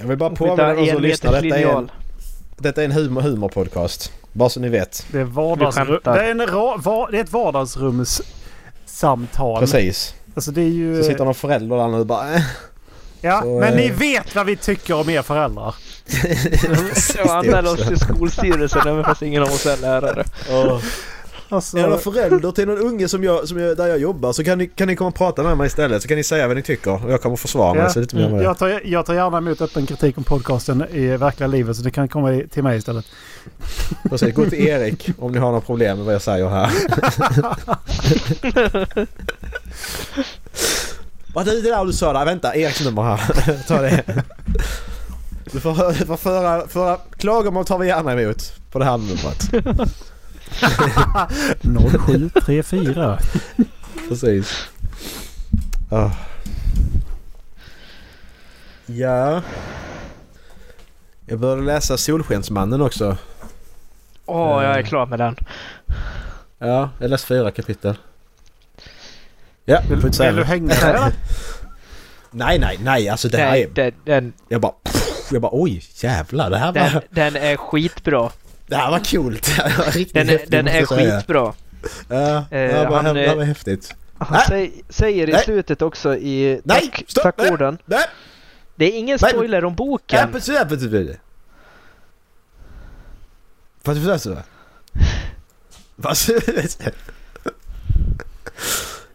Jag vill bara Utan påminna de som lyssnar. enmeters Detta är en, linjal. (laughs) detta är en humor, humorpodcast. Bara så ni vet. Det är vardagsrum. skämtar. Det är, en ra, va, det är ett vardagsrumssamtal. Precis. Alltså det är ju... Så sitter någon förälder där nu och bara... "Eh." ja, så, men eh, ni vet vad vi tycker om er föräldrar. Jag anmälde oss till skolstyrelsen även fast ingen av oss är lärare. (laughs) Alltså, Är någon förälder till någon unge som jag, som jag, där jag jobbar så kan ni, kan ni komma och prata med mig istället. Så kan ni säga vad ni tycker och jag kommer försvara mig. Ja. Så det är lite mer med det. jag, tar, jag tar gärna emot öppen kritik om podcasten i verkliga livet så det kan komma i- till mig (laughs) istället. Precis, gå till Erik om ni har några problem med vad jag (laughs) säger här. Vad du det där du sa där, vänta Eriks nummer här. (laughs) Ta det. Du får, du får föra, föra klagomål tar vi gärna emot på det här numret. 0734. Precis. Ah. Ja. Jag började läsa Solskensmannen också. Åh, jag är klar med den. Ja, jag läste fyra kapitel. Ja, jag får inte säga Vill du mer. hänga med (laughs) eller? Nej, nej, nej, alltså det här Nej, är... den, den, Jag bara... Jag bara oj jävlar det här den, var, den är skitbra. det här var kul. (laughs) Det här var riktigt Den, är- häftigt den är måste jag säga. skitbra. Ja, det här Eh, var- han, det här eh, var häftigt. Han Nej. säg, säger i Nej. slutet också i Nej, tack, stopp. tackorden. Nej, Det är ingen Nej. spoiler om (laughs) ja, boken. precis, ja, precis, precis. Vad du förstår så? Vad så?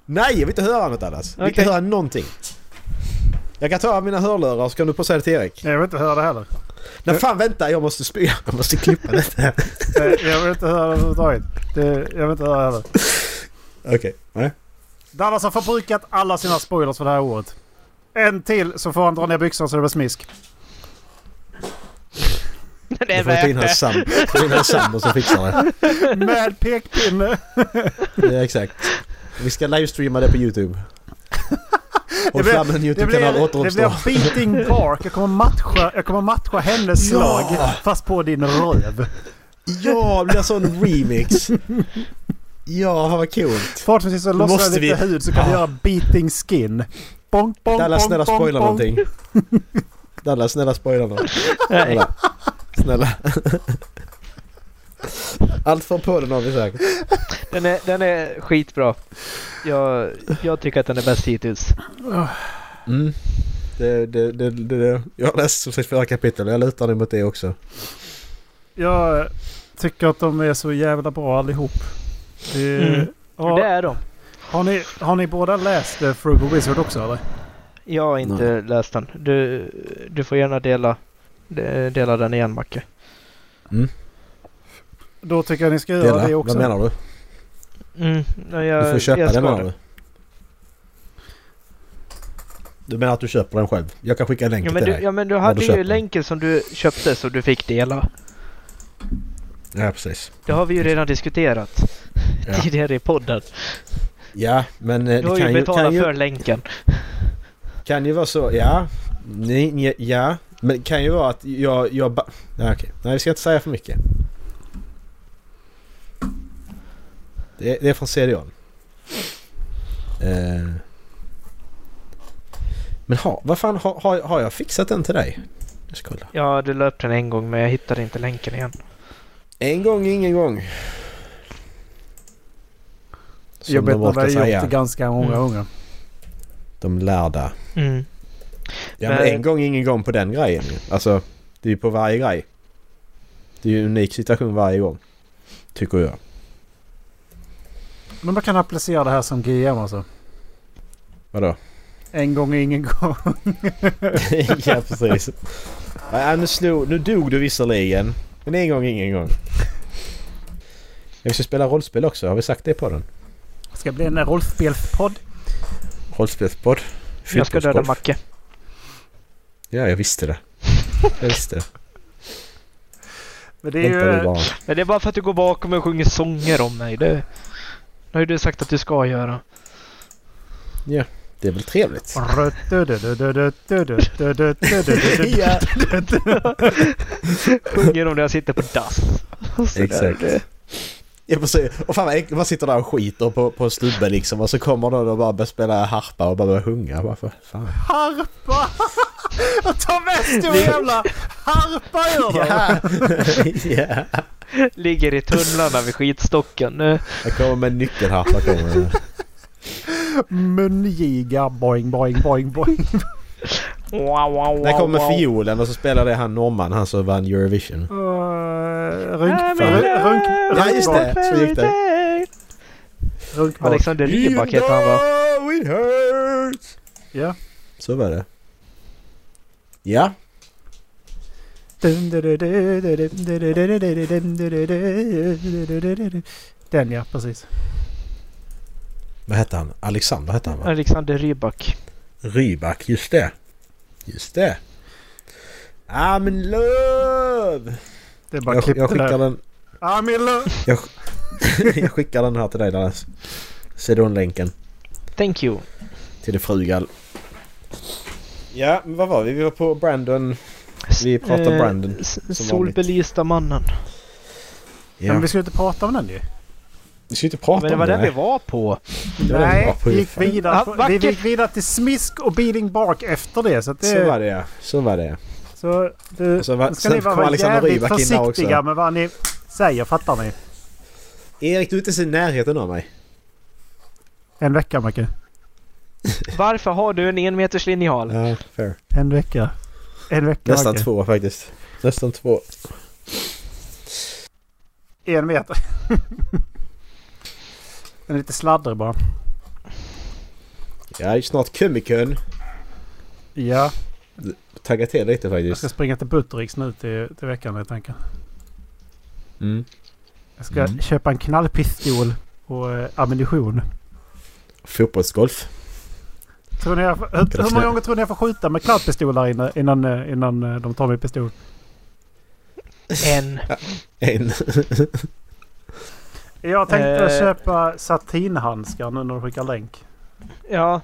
Nej, jag vill inte höra något annars. Jag vill Okej. inte höra någonting. Jag kan ta av mina hörlurar så kan du på säga det till Erik. Jag vill inte höra det heller. Nej fan vänta, jag måste spy. Jag måste klippa detta. Eh, Jag vill inte höra det överhuvudtaget. Det- Jag vill inte höra det heller. Okej. Nej. Dallas har förbrukat alla sina spoilers för det här året. En till så får han dra ner byxan så det blir smisk. Det är Du får ta värt in det. hans sam. Ta in hans sambo så fixar det. Med pekpinne. Ja, exakt. Vi ska livestreama det på YouTube. Det Håll blir- fram en Det YouTube-kanal blir, det återuppstår. blir beating bark. Jag kommer matcha, jag kommer matcha hennes Ja. slag fast på din röv. Ja, det blir en sån remix. Ja, fan vad kul. Förhoppningsvis så lossnar det måste lite vi- hud så kan vi Ja. göra beating skin. Bonk, bonk, Dallas bonk, snälla bonk, spoila bonk. någonting. Dallas snälla spoila något. Nej. Snälla. Snälla. Allt från podden har vi sagt. Den är, den är skitbra. Jag, jag tycker att den är bäst hittills. Mm. Det, det, det, det, det. Jag har läst som sagt flera kapitel och jag lutar nu mot det också. Jag tycker att de är så jävla bra allihop. Det, Mm. har, Det är de. har, ni, har ni båda läst eh, Frugal Wizard också eller? Jag har inte läst den. Du, du får gärna dela, de- dela den igen Macke. Då tycker jag ni ska göra Dela, det vad också. menar du? Mm, nej, jag, Du får köpa jag ska den menar du? Du menar att du köper den själv? Jag kan skicka Ja länken men, till du, dig. ja men du du hade köper ju den. länken som du köpte så du fick dela. Ja, precis. Det har vi ju redan diskuterat Ja. (laughs) tidigare i podden. Ja, men eh, Du har det ju kan ju, betalat kan, ju, för länken. kan ju vara så. Ja. Ni, ni, ja. Men det kan ju vara att jag... jag ba- Nej, okej. Nej, vi ska inte säga för mycket. Det, det är från CDON. Eh. Men ha, vad fan, har, har, har jag fixat den till dig? Jag ska kolla. Ja, du löpte den en gång men jag hittade inte länken igen. En gång, ingen gång. Som Jobbigt de när vi brukar har gjort det säga, ganska många Mm. gånger. de lärda. Mm. Ja men Nej. en gång ingen gång på den grejen ju. Alltså det är ju på varje grej. Det är ju en unik situation varje gång. Tycker jag. Men man kan applicera det här som GM alltså. Vadå? (laughs) En gång är ingen gång. (laughs) ja precis. Ja, nu, slog, nu dog du visserligen. Men en gång ingen gång. Jag ska spela rollspel också. Har vi sagt det på den? Det ska bli en rollspelspodd. Rollspelspodd. Jag ska döda Fotbollspodd. Macke. Ja jag visste det. Jag visste det. Men det är Vänta nu ju... bara. Men det är bara för att du går bakom och sjunger sånger om mig. Det, det har ju du sagt att du ska göra. Det är väl trevligt? (laughs) (laughs) Ja. Sjunger om det jag sitter på dass. (laughs) Och så där. Exakt. Det- Ja precis. Och fan vad äckligt. Man sitter där och skiter på, på en stubbe liksom och så kommer någon och bara börjar spela harpa och bara börjar sjunga. Varför? Fan. Harpa! (laughs) Och ta väst och jävla harpa över! Ja. (laughs) ja. Ligger i tunnlarna vid skidstocken. Eh, Jag kommer med nyckelharpa kommer jag. Mungiga boing boing boing boing. Wow, wow, wow, Där kommer wow. fiolen och så spelar det han norrman, han som vann Eurovision. Uh, runk... runk- Runk... Ja, just det. Runkbak. Så gick Runkbak. Alexander Rybak heter han va? though it hurts. Ja. Så var det. Ja. Den ja, precis. Vad hette han? Alexander hette han va? Alexander Rybak. Ryback, just det. Just det. I'm in love! Det är bara Jag, jag, klippte skickar där. den, I'm in love. jag, (laughs) jag skickar den här till dig Dallas. Sedon-länken. Thank you. Till det frugal. Ja, men vad var vi? Vi var på Brandon. Vi pratar Eh, Brandon, s- vanligt. Solbelysta mannen. Men vi skulle inte prata om den ju. Vi ska ju inte prata Men det var om det. den vi var på. Det var den vi Nej, var på, vi gick, fan. vidare, Ja, på- vi vackert. gick vidare till smisk och beating bark efter det. Så, att det, Så var det ja. Så var det ja. Så du, Och så var- ska sen ni bara kom vara Alexander jävligt Rybak in där försiktiga också. med vad ni säger, fattar ni? Erik, du är inte ens i närheten av mig. En vecka, Macke. Varför har du en enmeters linjal? Ja, fair. En vecka. En vecka, Nästan Macke. två faktiskt. Nästan två. (laughs) En meter. Den är lite sladdrig bara. Ja, det är snart Kumikön. Ja, Tagga till lite jag ska faktiskt. springa till Buttericks nu till, till veckan helt enkelt. Mm. Jag ska Mm. köpa en knallpistol och eh, ammunition. Fotbollsgolf. Tror ni jag, får- hur, hur många gånger tror ni jag får skjuta med knallpistol där inne innan, eh, innan eh, de tar min pistol? En. En. Jag tänkte Eh. köpa satinhandskar nu när du skickar länk. Ja,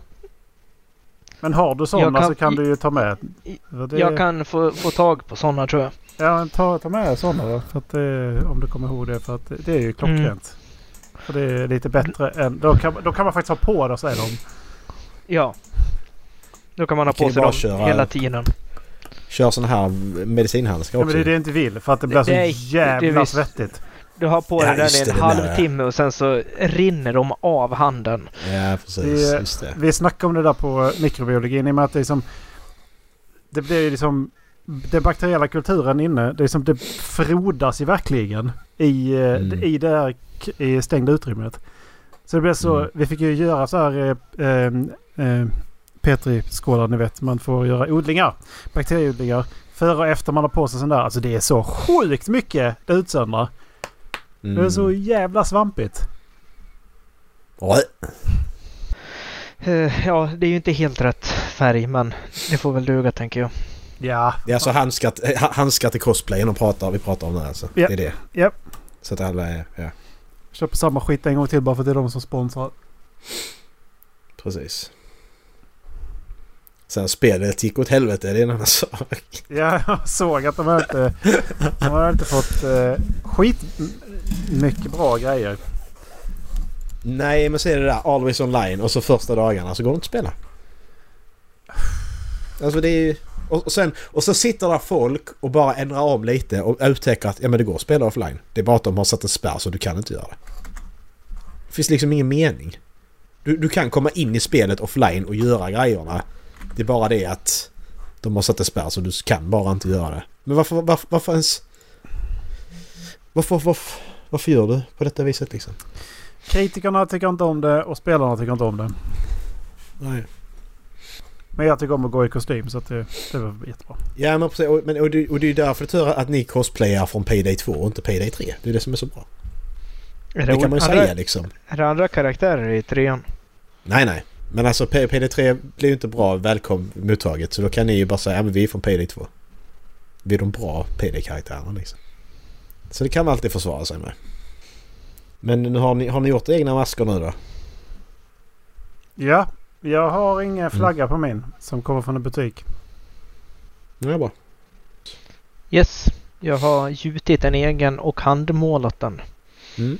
Men har du sådana Jag kan- så kan du ju ta med. i- För Det, jag kan få, få tag på sådana tror jag. Ja, men ta, ta med sådana då. För att det, om du kommer ihåg det. För att det det är Mm. ju klockrent. För det är lite bättre än... Då kan, då kan man faktiskt ha på det säger de. Ja. Då kan man ha Vi kan på ju sig bara dem köra- hela tiden. Kör såna här medicinhandskar Ja, också. men det är det jag inte vill. För att det blir så Det- det är- det är jävla visst. svettigt. Du har på Ja, dig den just i det, en den där, ja. halvtimme och sen så rinner de av handen. Ja, precis. Det är- Just det. Vi snackade om det där på mikrobiologin. I och med att det är som... Det blir ju liksom... Den bakteriella kulturen inne. Det är som det frodas ju verkligen. I, eh, Mm. i det här k- i stängda utrymmet. Så det blir så... Mm. Vi fick ju göra så här... Eh, eh, eh, Petriskålar ni vet. Man får göra odlingar. Bakterieodlingar. Före och efter man har på sig sån där. Alltså det är så sjukt mycket det utsöndrar. Det är Mm. så jävla svampigt. Oj. Eh, Ja, det är ju inte helt rätt färg men det får väl duga tänker jag. Ja. Det är alltså handskar, till- eh, handskar till cosplayen och pratar, vi pratar om det här, alltså. Ja. Det är det. Ja. Så att alla är... Ja, Köper samma skit en gång till bara för att det är de som sponsrar. precis. Sen spelet gick åt helvete, det är en annan sak. Ja, (laughs) jag såg att de har inte, de har inte fått eh, skit m- mycket bra grejer. Nej, men så är det där Always Online och så första dagarna så går det inte att spela. Alltså det är ju... Och, och, sen, och så sitter där folk och bara ändrar om lite och upptäcker att ja, men det går att spela offline. Det är bara att de har satt en spärr så du kan inte göra det. Det finns liksom ingen mening. Du, du kan komma in i spelet offline och göra grejerna. Det är bara det att de har satt en spärr så du kan bara inte göra det. Men varför, varför, varför ens... Varför, varför, varför gör du på detta viset liksom? Kritikerna tycker inte om det och spelarna tycker inte om det. Nej. Men jag tycker om att gå i kostym så att det, det var jättebra. Ja men precis. Och, men, och, det, och det är ju därför det är tur att ni cosplayar från Payday 2 och inte Payday 3. Det är det som är så bra. Är Det kan man ju andra, säga liksom. Är det andra karaktärer i trean? Nej nej. Men alltså Pay- Payday 3 blir ju inte bra välkom mottaget. Så då kan ni ju bara säga ja men vi är från Payday 2. Vi är de bra Payday-karaktärerna liksom. Så det kan man alltid försvara sig med. Men nu har ni, har ni gjort egna masker nu då? Ja, jag har ingen flagga på min som kommer från en butik. Ja bra. Yes. Jag har gjutit en egen och handmålat den. Mm.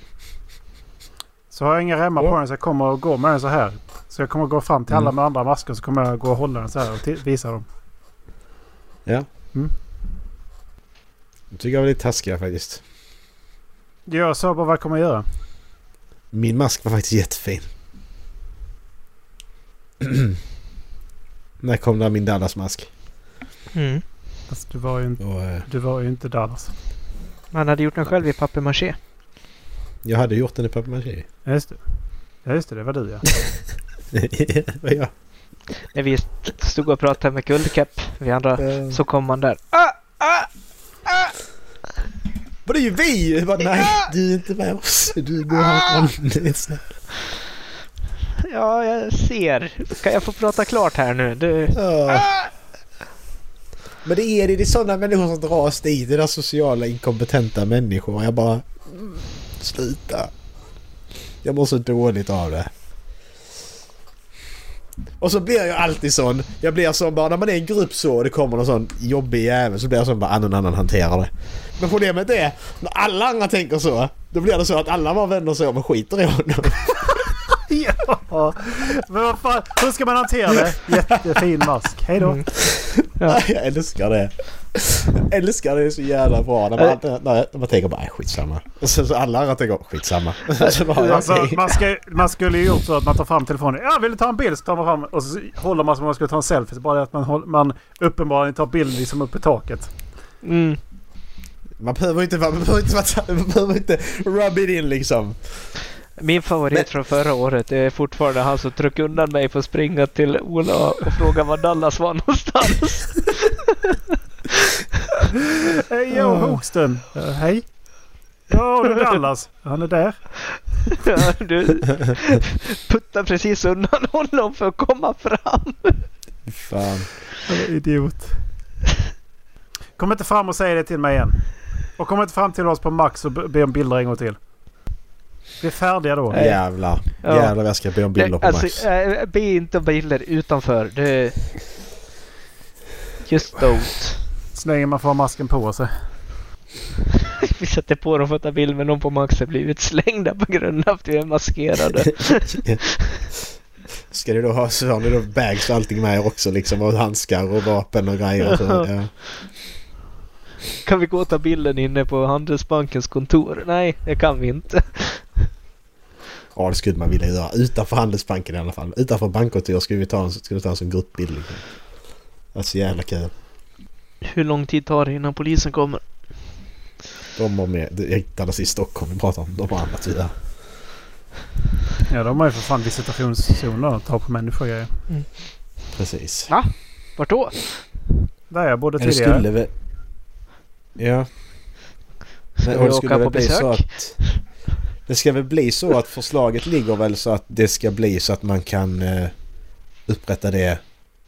Så har jag inga remmar Ja. på den så jag kommer att gå med den så här. Så jag kommer att gå fram till alla med andra masker så kommer jag att gå och hålla den så här och ti- visa dem. Ja. Mm. Det tycker jag var lite taskiga faktiskt. Jag sa bara vad jag kommer att göra. Min mask var faktiskt jättefin. (clears throat) När kom där min Dallas-mask? Mm. Fast du var ju inte, Och, eh, du var ju inte alltså. Dallas. Man hade gjort den själv i papier-maché. jag hade gjort den i papier-maché. Ja just det. Ja just det, det var du ja. Vad jag? När vi stod och pratade med Guldkepp, vi andra, så kom man där. Ah! Ah! Men det är ju vi! Jag Bara, nej, du är inte med oss. Du går härifrån. Ja, jag ser. Kan jag få prata klart här nu? Du... Ja. Men det är det. Det är sådana människor som dras dit. Det är där sociala inkompetenta människor. Jag bara... mm, Sluta. Jag mår så dåligt av det. Och så blir jag alltid sån. Jag blir sån bara när man är i en grupp så och det kommer någon sån jobbig jävel så blir jag sån bara "Ah, någon annan hanterar det. Men problemet är när alla andra tänker så. Då blir det så att alla bara vänder sig om och skiter i honom. Ja, men vad fan, hur ska man hantera det? Jättefin mask. Hej då. Mm. Ja. Jag älskar det. Jag älskar det, det är så jävla bra. När man, när, när, när man tänker bara "Äh, skitsamma. Och sen så alla andra tänker skitsamma. Och så bara, Alltså, "Okej." man, ska, man skulle ju gjort så att man tar fram telefonen. Jag vill du ta en bild? Så tar man fram och så håller man som om man skulle ta en selfie. Så bara det att man, håll- man uppenbarligen tar bild liksom upp i taket. Mm. man behöver inte vara, man behöver inte, vara- man behöver inte rub it in liksom. Min favorit Men- från förra året är fortfarande han som tryckte undan mig för att springa till Ola och fråga var Dallas var någonstans. (laughs) Hej yo, Hoogström. Eh, hej. Eh, Ja, du Dallas. Han är där. Ja, du puttar precis undan honom för att komma fram. Fan. Eller idiot. Kom inte fram och säg det till mig igen. Och kom inte fram till oss på Max och be be om bilder en gång till. Vi är färdiga då. Nej. Jävlar. Ja. Jävlar vad jag ska be om bilder på alltså, Max. eh, be inte om bilder utanför. Det... Just don't. Så länge man får ha masken på sig. Vi sätter på dem för att ta bild med någon på Max har blivit utslängda på grund av att vi är maskerade. (laughs) Ska du då ha så har ni då bags och allting med er också liksom och handskar och vapen och grejer. och Så, ja. Kan vi gå och ta bilden inne på Handelsbankens kontor? Nej, det kan vi inte. ja det skulle man vilja göra. Utanför Handelsbanken i alla fall. Utanför bankkontor skulle vi ta en, skulle vi ta en sån gruppbild. Liksom. Alltså jävla kul. Hur lång tid tar det innan polisen kommer? De var med. Jag hittade oss i Stockholm vi pratade om. De andra tyvärr. Ja, de har ju för fan visitationszoner att ta på människor och grejer. Precis. Vart då? Där jag bodde Eller tidigare. skulle vi... Ja. Ska Men vi det skulle åka väl på bli så besök? att- Det ska väl bli så att förslaget ligger väl så att det ska bli så att man kan eh, upprätta det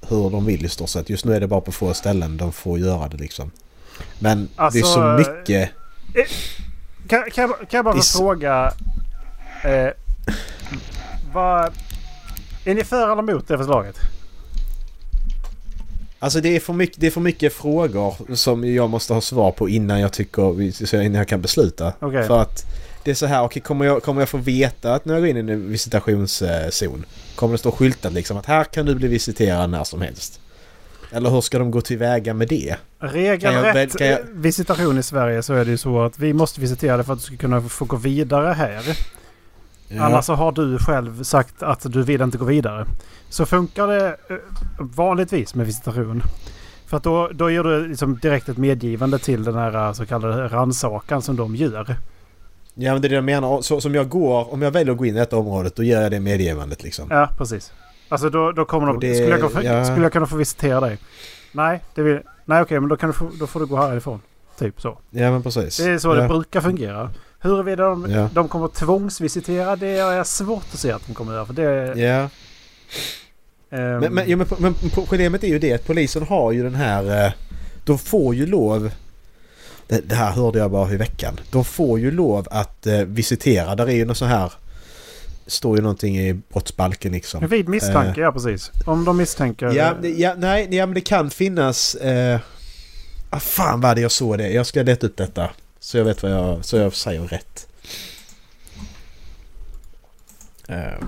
hur de vill i stort sett. Just nu är det bara på få ställen de får göra det liksom. Men det är Alltså, så eh, mycket. Kan, kan, jag, kan jag bara Det är få så- fråga... Eh, vad... Är ni för eller emot det förslaget? Alltså det är, för mycket, det är för mycket frågor som jag måste ha svar på innan jag tycker vi- så innan jag kan besluta. Okej. För att det är så här, okej kommer, jag, kommer jag få veta att när jag går in i en visitationszon kommer det stå skyltat liksom att här kan du bli visiterad när som helst. Eller hur ska de gå tillväga med det? Kan jag- Regelrätt kan jag- eh, visitation i Sverige så är det ju så att vi måste visitera dig för att du ska kunna få gå vidare här. Annars så har du själv sagt att du vill inte gå vidare. Så funkar det eh, vanligtvis med visitation. För att då, då gör du liksom direkt ett medgivande till den här eh, så kallade rannsakan som de gör. Ja men det är det jag menar. Så, som jag går, om jag väljer att gå in i detta området då gör jag det medgivandet liksom. Ja, precis. Alltså då, då kommer de... Och det- skulle, jag kunna få, ja. skulle jag kunna få visitera dig? Nej, det vill, nej okej, men då, kan du få, då får du gå härifrån. Typ så. Ja men precis. Det är så ja. det brukar fungera. Huruvida de, Ja. de kommer att tvångsvisitera det är jag svårt att se att de kommer att göra. För det, Ja. ehm, Men, men, ja, men, men problemet är ju det att polisen har ju den här... eh, De får ju lov... Det, det här hörde jag bara i veckan. De får ju lov att eh, visitera. Där är ju något så här... Står ju någonting i brottsbalken liksom. vid misstanke, ja precis. Om de misstänker... Ja, det- ja, nej, ja men det kan finnas... Eh, ah, fan vad det jag såg det. Jag ska leta upp detta. Så jag vet vad jag, så jag säger rätt. Ehm.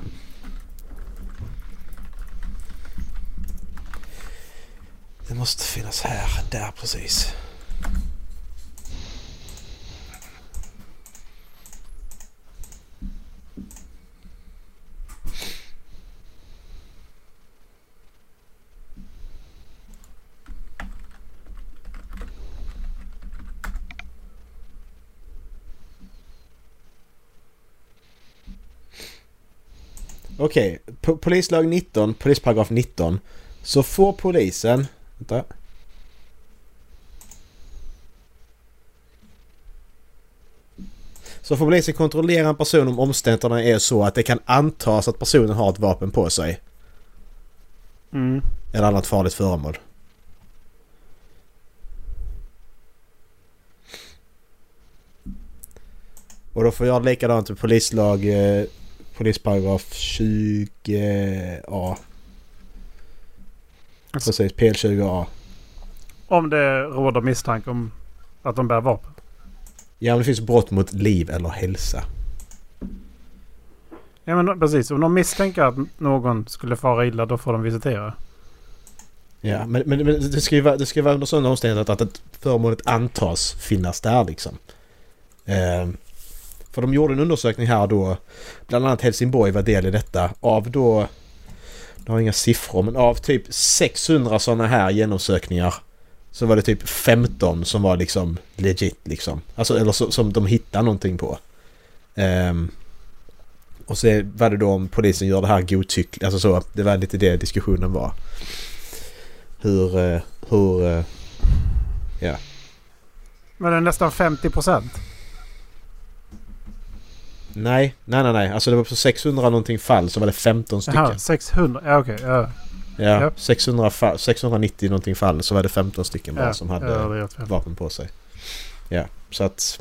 Det måste finnas här. Där precis. Okej, po- polislag 19, polisparagraf 19. Så får polisen... Vänta. Så får polisen kontrollera en person om omständigheterna är så att det kan antas att personen har ett vapen på sig. Mm. Eller annat farligt föremål. Och då får jag likadant med polislag... Eh, polisparagraf 20A. Alltså- Precis, PL20A. Om det råder misstanke om att de bär vapen. Ja, men det finns brott mot liv eller hälsa. Ja men precis, om de misstänker att någon skulle fara illa då får de visitera. Ja, men, men, men det, ska ju vara, det ska ju vara under sådana omständigheter att, att föremålet antas finnas där liksom. Ehm, för de gjorde en undersökning här då, bland annat Helsingborg var del i detta, av då, jag har inga siffror, men av typ 600 sådana här genomsökningar så var det typ 15 som var liksom legit liksom. Alltså eller så, som de hittade någonting på. Ehm, Och så är- var det då om polisen gör det här godtyckligt. Alltså så, det var lite det diskussionen var. Hur, eh, hur... eh, Men det är nästan 50 procent. Nej, nej, nej, nej. Alltså det var på 600 någonting fall så var det 15 stycken. Jaha, 600. Ja, okej. ja. Ja, Ja. 600 fall, 690 någonting fall så var det 15 stycken bara ja, som hade ja, det är rätt fel. vapen på sig. Ja, så att...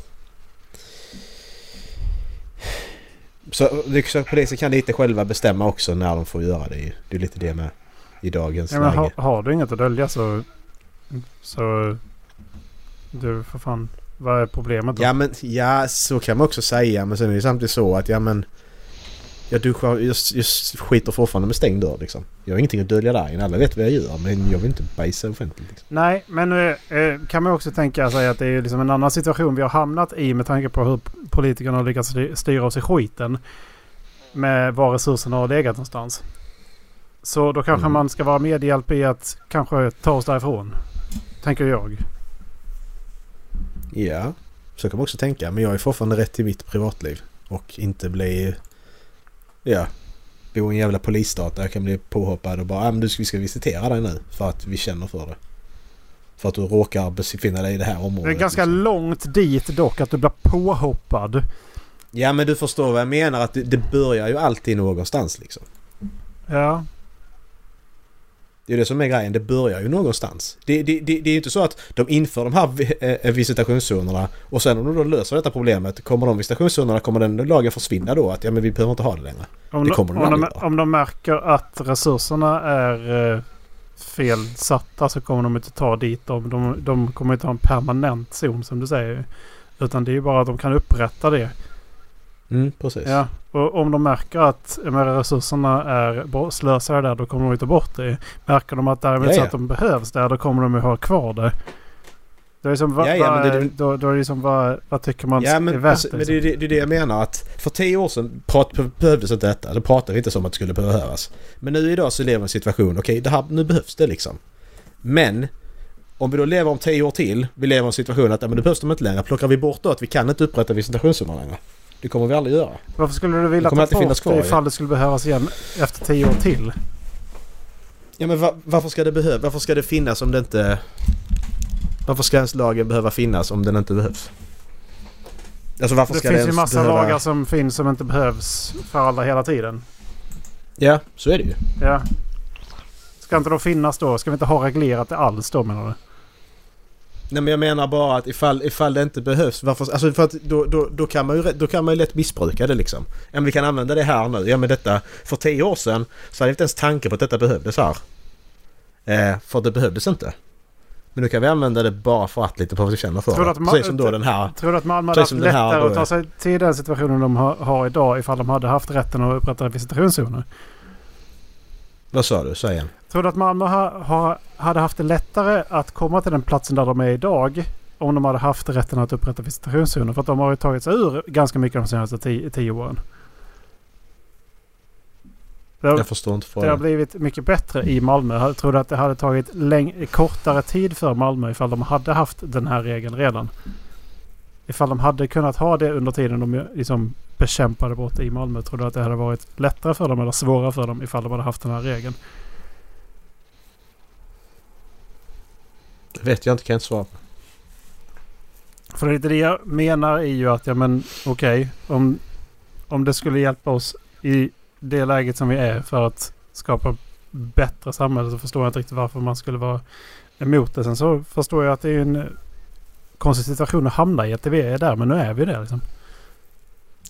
Så, så polisen kan lite själva bestämma också när de får göra det. ju. Det är lite det med i dagens Ja, men läge. har, har du inget att dölja så... Så... Du, för fan. Vad är problemet då? Ja, men ja, så kan man också säga. Men sen är det samtidigt så att ja, men... Jag, duschar, jag, jag skiter fortfarande med stängd dörr liksom. Jag har ingenting att dölja där inne. Alla vet vad jag gör men jag vill inte bajsa offentligt. Liksom. Nej, men eh, eh, kan man också tänka sig att det är liksom en annan situation vi har hamnat i med tanke på hur politikerna har lyckats sty- styra oss i skiten. Med var resurserna har legat någonstans. Så då kanske Mm. man ska vara medhjälp i att kanske ta oss därifrån. Tänker jag. Ja, så kan man också tänka. Men jag är fortfarande rätt till mitt privatliv. Och inte bli... Ja, bo i en jävla polisstat där jag kan bli påhoppad och bara ah, men du ska, vi ska visitera dig nu för att vi känner för det. För att du råkar befinna dig i det här Det är området. ganska liksom. långt dit dock att du blir påhoppad. Ja men du förstår vad jag menar att det, det börjar ju alltid någonstans liksom. Ja. Det är det som är grejen, det börjar ju någonstans. Det, det, det, det är ju inte så att de inför de här vi- eh, visitationszonerna och sen om de då löser detta problemet, kommer de visitationszonerna, kommer den lagen försvinna då? Att ja men vi behöver inte ha det längre. Om Det de, kommer de om, de, aldrig göra. om de märker att resurserna är eh, felsatta så kommer de inte ta dit dem. De, de kommer inte ha en permanent zon som du säger. Utan det är ju bara att de kan upprätta det. Mm, precis. Ja. Och om de märker att eh, med resurserna är bo- slösade där då kommer de ju ta bort det. Märker de att däremot Ja, så ja. att de behövs där då kommer de ju ha kvar det. Det är som, vad, Ja, ja, men det är väl- då, då är det liksom vad, vad tycker man Ja men, är värt? liksom? alltså, men det, är det, det är det jag menar att för tio år sedan prat, behövdes inte detta. Då pratade vi inte som att det skulle behövas. Men nu idag så lever vi i en situation, okej det här, nu behövs det liksom. Men om vi då lever om tio år till, vi lever i en situation att ja, men det behövs de inte längre. Plockar vi bort då att vi kan inte upprätta visitationszoner längre. Det kommer vi aldrig göra. Varför skulle du vilja Det ta kommer alltid finnas bort kvar, det ju. ifall det skulle behövas igen efter tio år till? Ja men va, varför ska det behöva, varför ska det finnas om det inte... Varför ska ens lagen behöva finnas om den inte behövs? Alltså varför Det ska finns det ju ens massa behöva... lagar som finns som inte behövs för alla hela tiden. Ja, så är det ju. Ja. Ska inte de finnas då? Ska vi inte ha reglerat det alls då menar du? Nej men jag menar bara att ifall, ifall det inte behövs, varför, alltså för att då, då, då, kan man ju, rätt- då kan man ju lätt missbruka det liksom. Ja men vi kan använda det här nu. Ja men detta, för tio år sedan så hade jag inte ens tanke på att detta behövdes här. Eh, för det behövdes inte. Men nu kan vi använda det bara för att lite på vad vi känner Tror för du det. att man- Precis som då den här. Tror du att Malmö hade Precis haft som den här lättare då, att ta ja. sig till den situationen de har, har idag ifall de hade haft rätten att upprätta visitationszoner? Vad sa du? Säg igen. Tror du att Malmö ha, ha, hade haft det lättare att komma till den platsen där de är idag om de hade haft rätten att upprätta visitationszoner? För att de har ju tagit sig ur ganska mycket de senaste tio, tio åren. Det har- Jag förstår inte Det har frågan. blivit mycket bättre i Malmö. Jag trodde att det hade tagit läng- kortare tid för Malmö ifall de hade haft den här regeln redan. Ifall de hade kunnat ha det under tiden de ju liksom bekämpade brott i Malmö. Trodde att det hade varit lättare för dem eller svårare för dem ifall de hade haft den här regeln. Det vet jag inte, kan jag inte svara på. För det är lite det jag menar är ju att ja men okej. om, om det skulle hjälpa oss i det läget som vi är för att skapa bättre samhälle så förstår jag inte riktigt varför man skulle vara emot det. Sen så förstår jag att det är en eh, konstig situation att hamna i att vi är där men nu är vi där liksom.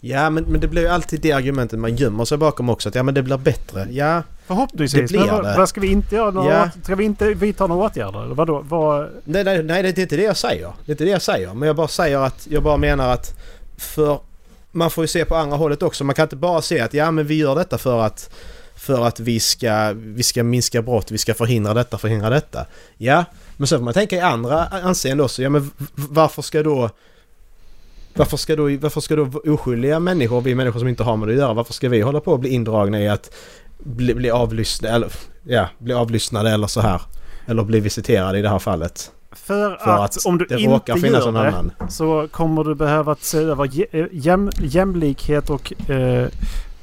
Ja men, men det blir ju alltid det argumentet man gömmer sig bakom också. Att ja men det blir bättre. Ja, Förhoppningsvis. Det blir men vad, det. vad ska vi inte göra? Några, Ja. åt- Ska vi inte vidta några åtgärder? Eller vadå? Vad, Nej, nej, nej, det är inte det jag säger. Det är inte det jag säger. Men jag bara säger att jag bara menar att för man får ju se på andra hållet också. Man kan inte bara se att ja men vi gör detta för att för att vi ska, vi ska minska brott, vi ska förhindra detta, förhindra detta. Ja, men sen får man tänka i andra anseende också. Ja men v- v- varför ska då varför ska, då, varför ska då oskyldiga människor, vi människor som inte har med det att göra, varför ska vi hålla på och bli indragna i att bli, bli avlyssnade eller ja, bli avlyssnade eller så här. Eller bli visiterade i det här fallet. för, För att, att, om du det inte råkar finnas gör någon det annan. så kommer du behöva att se över jä- eh, jäm, jämlikhet och eh,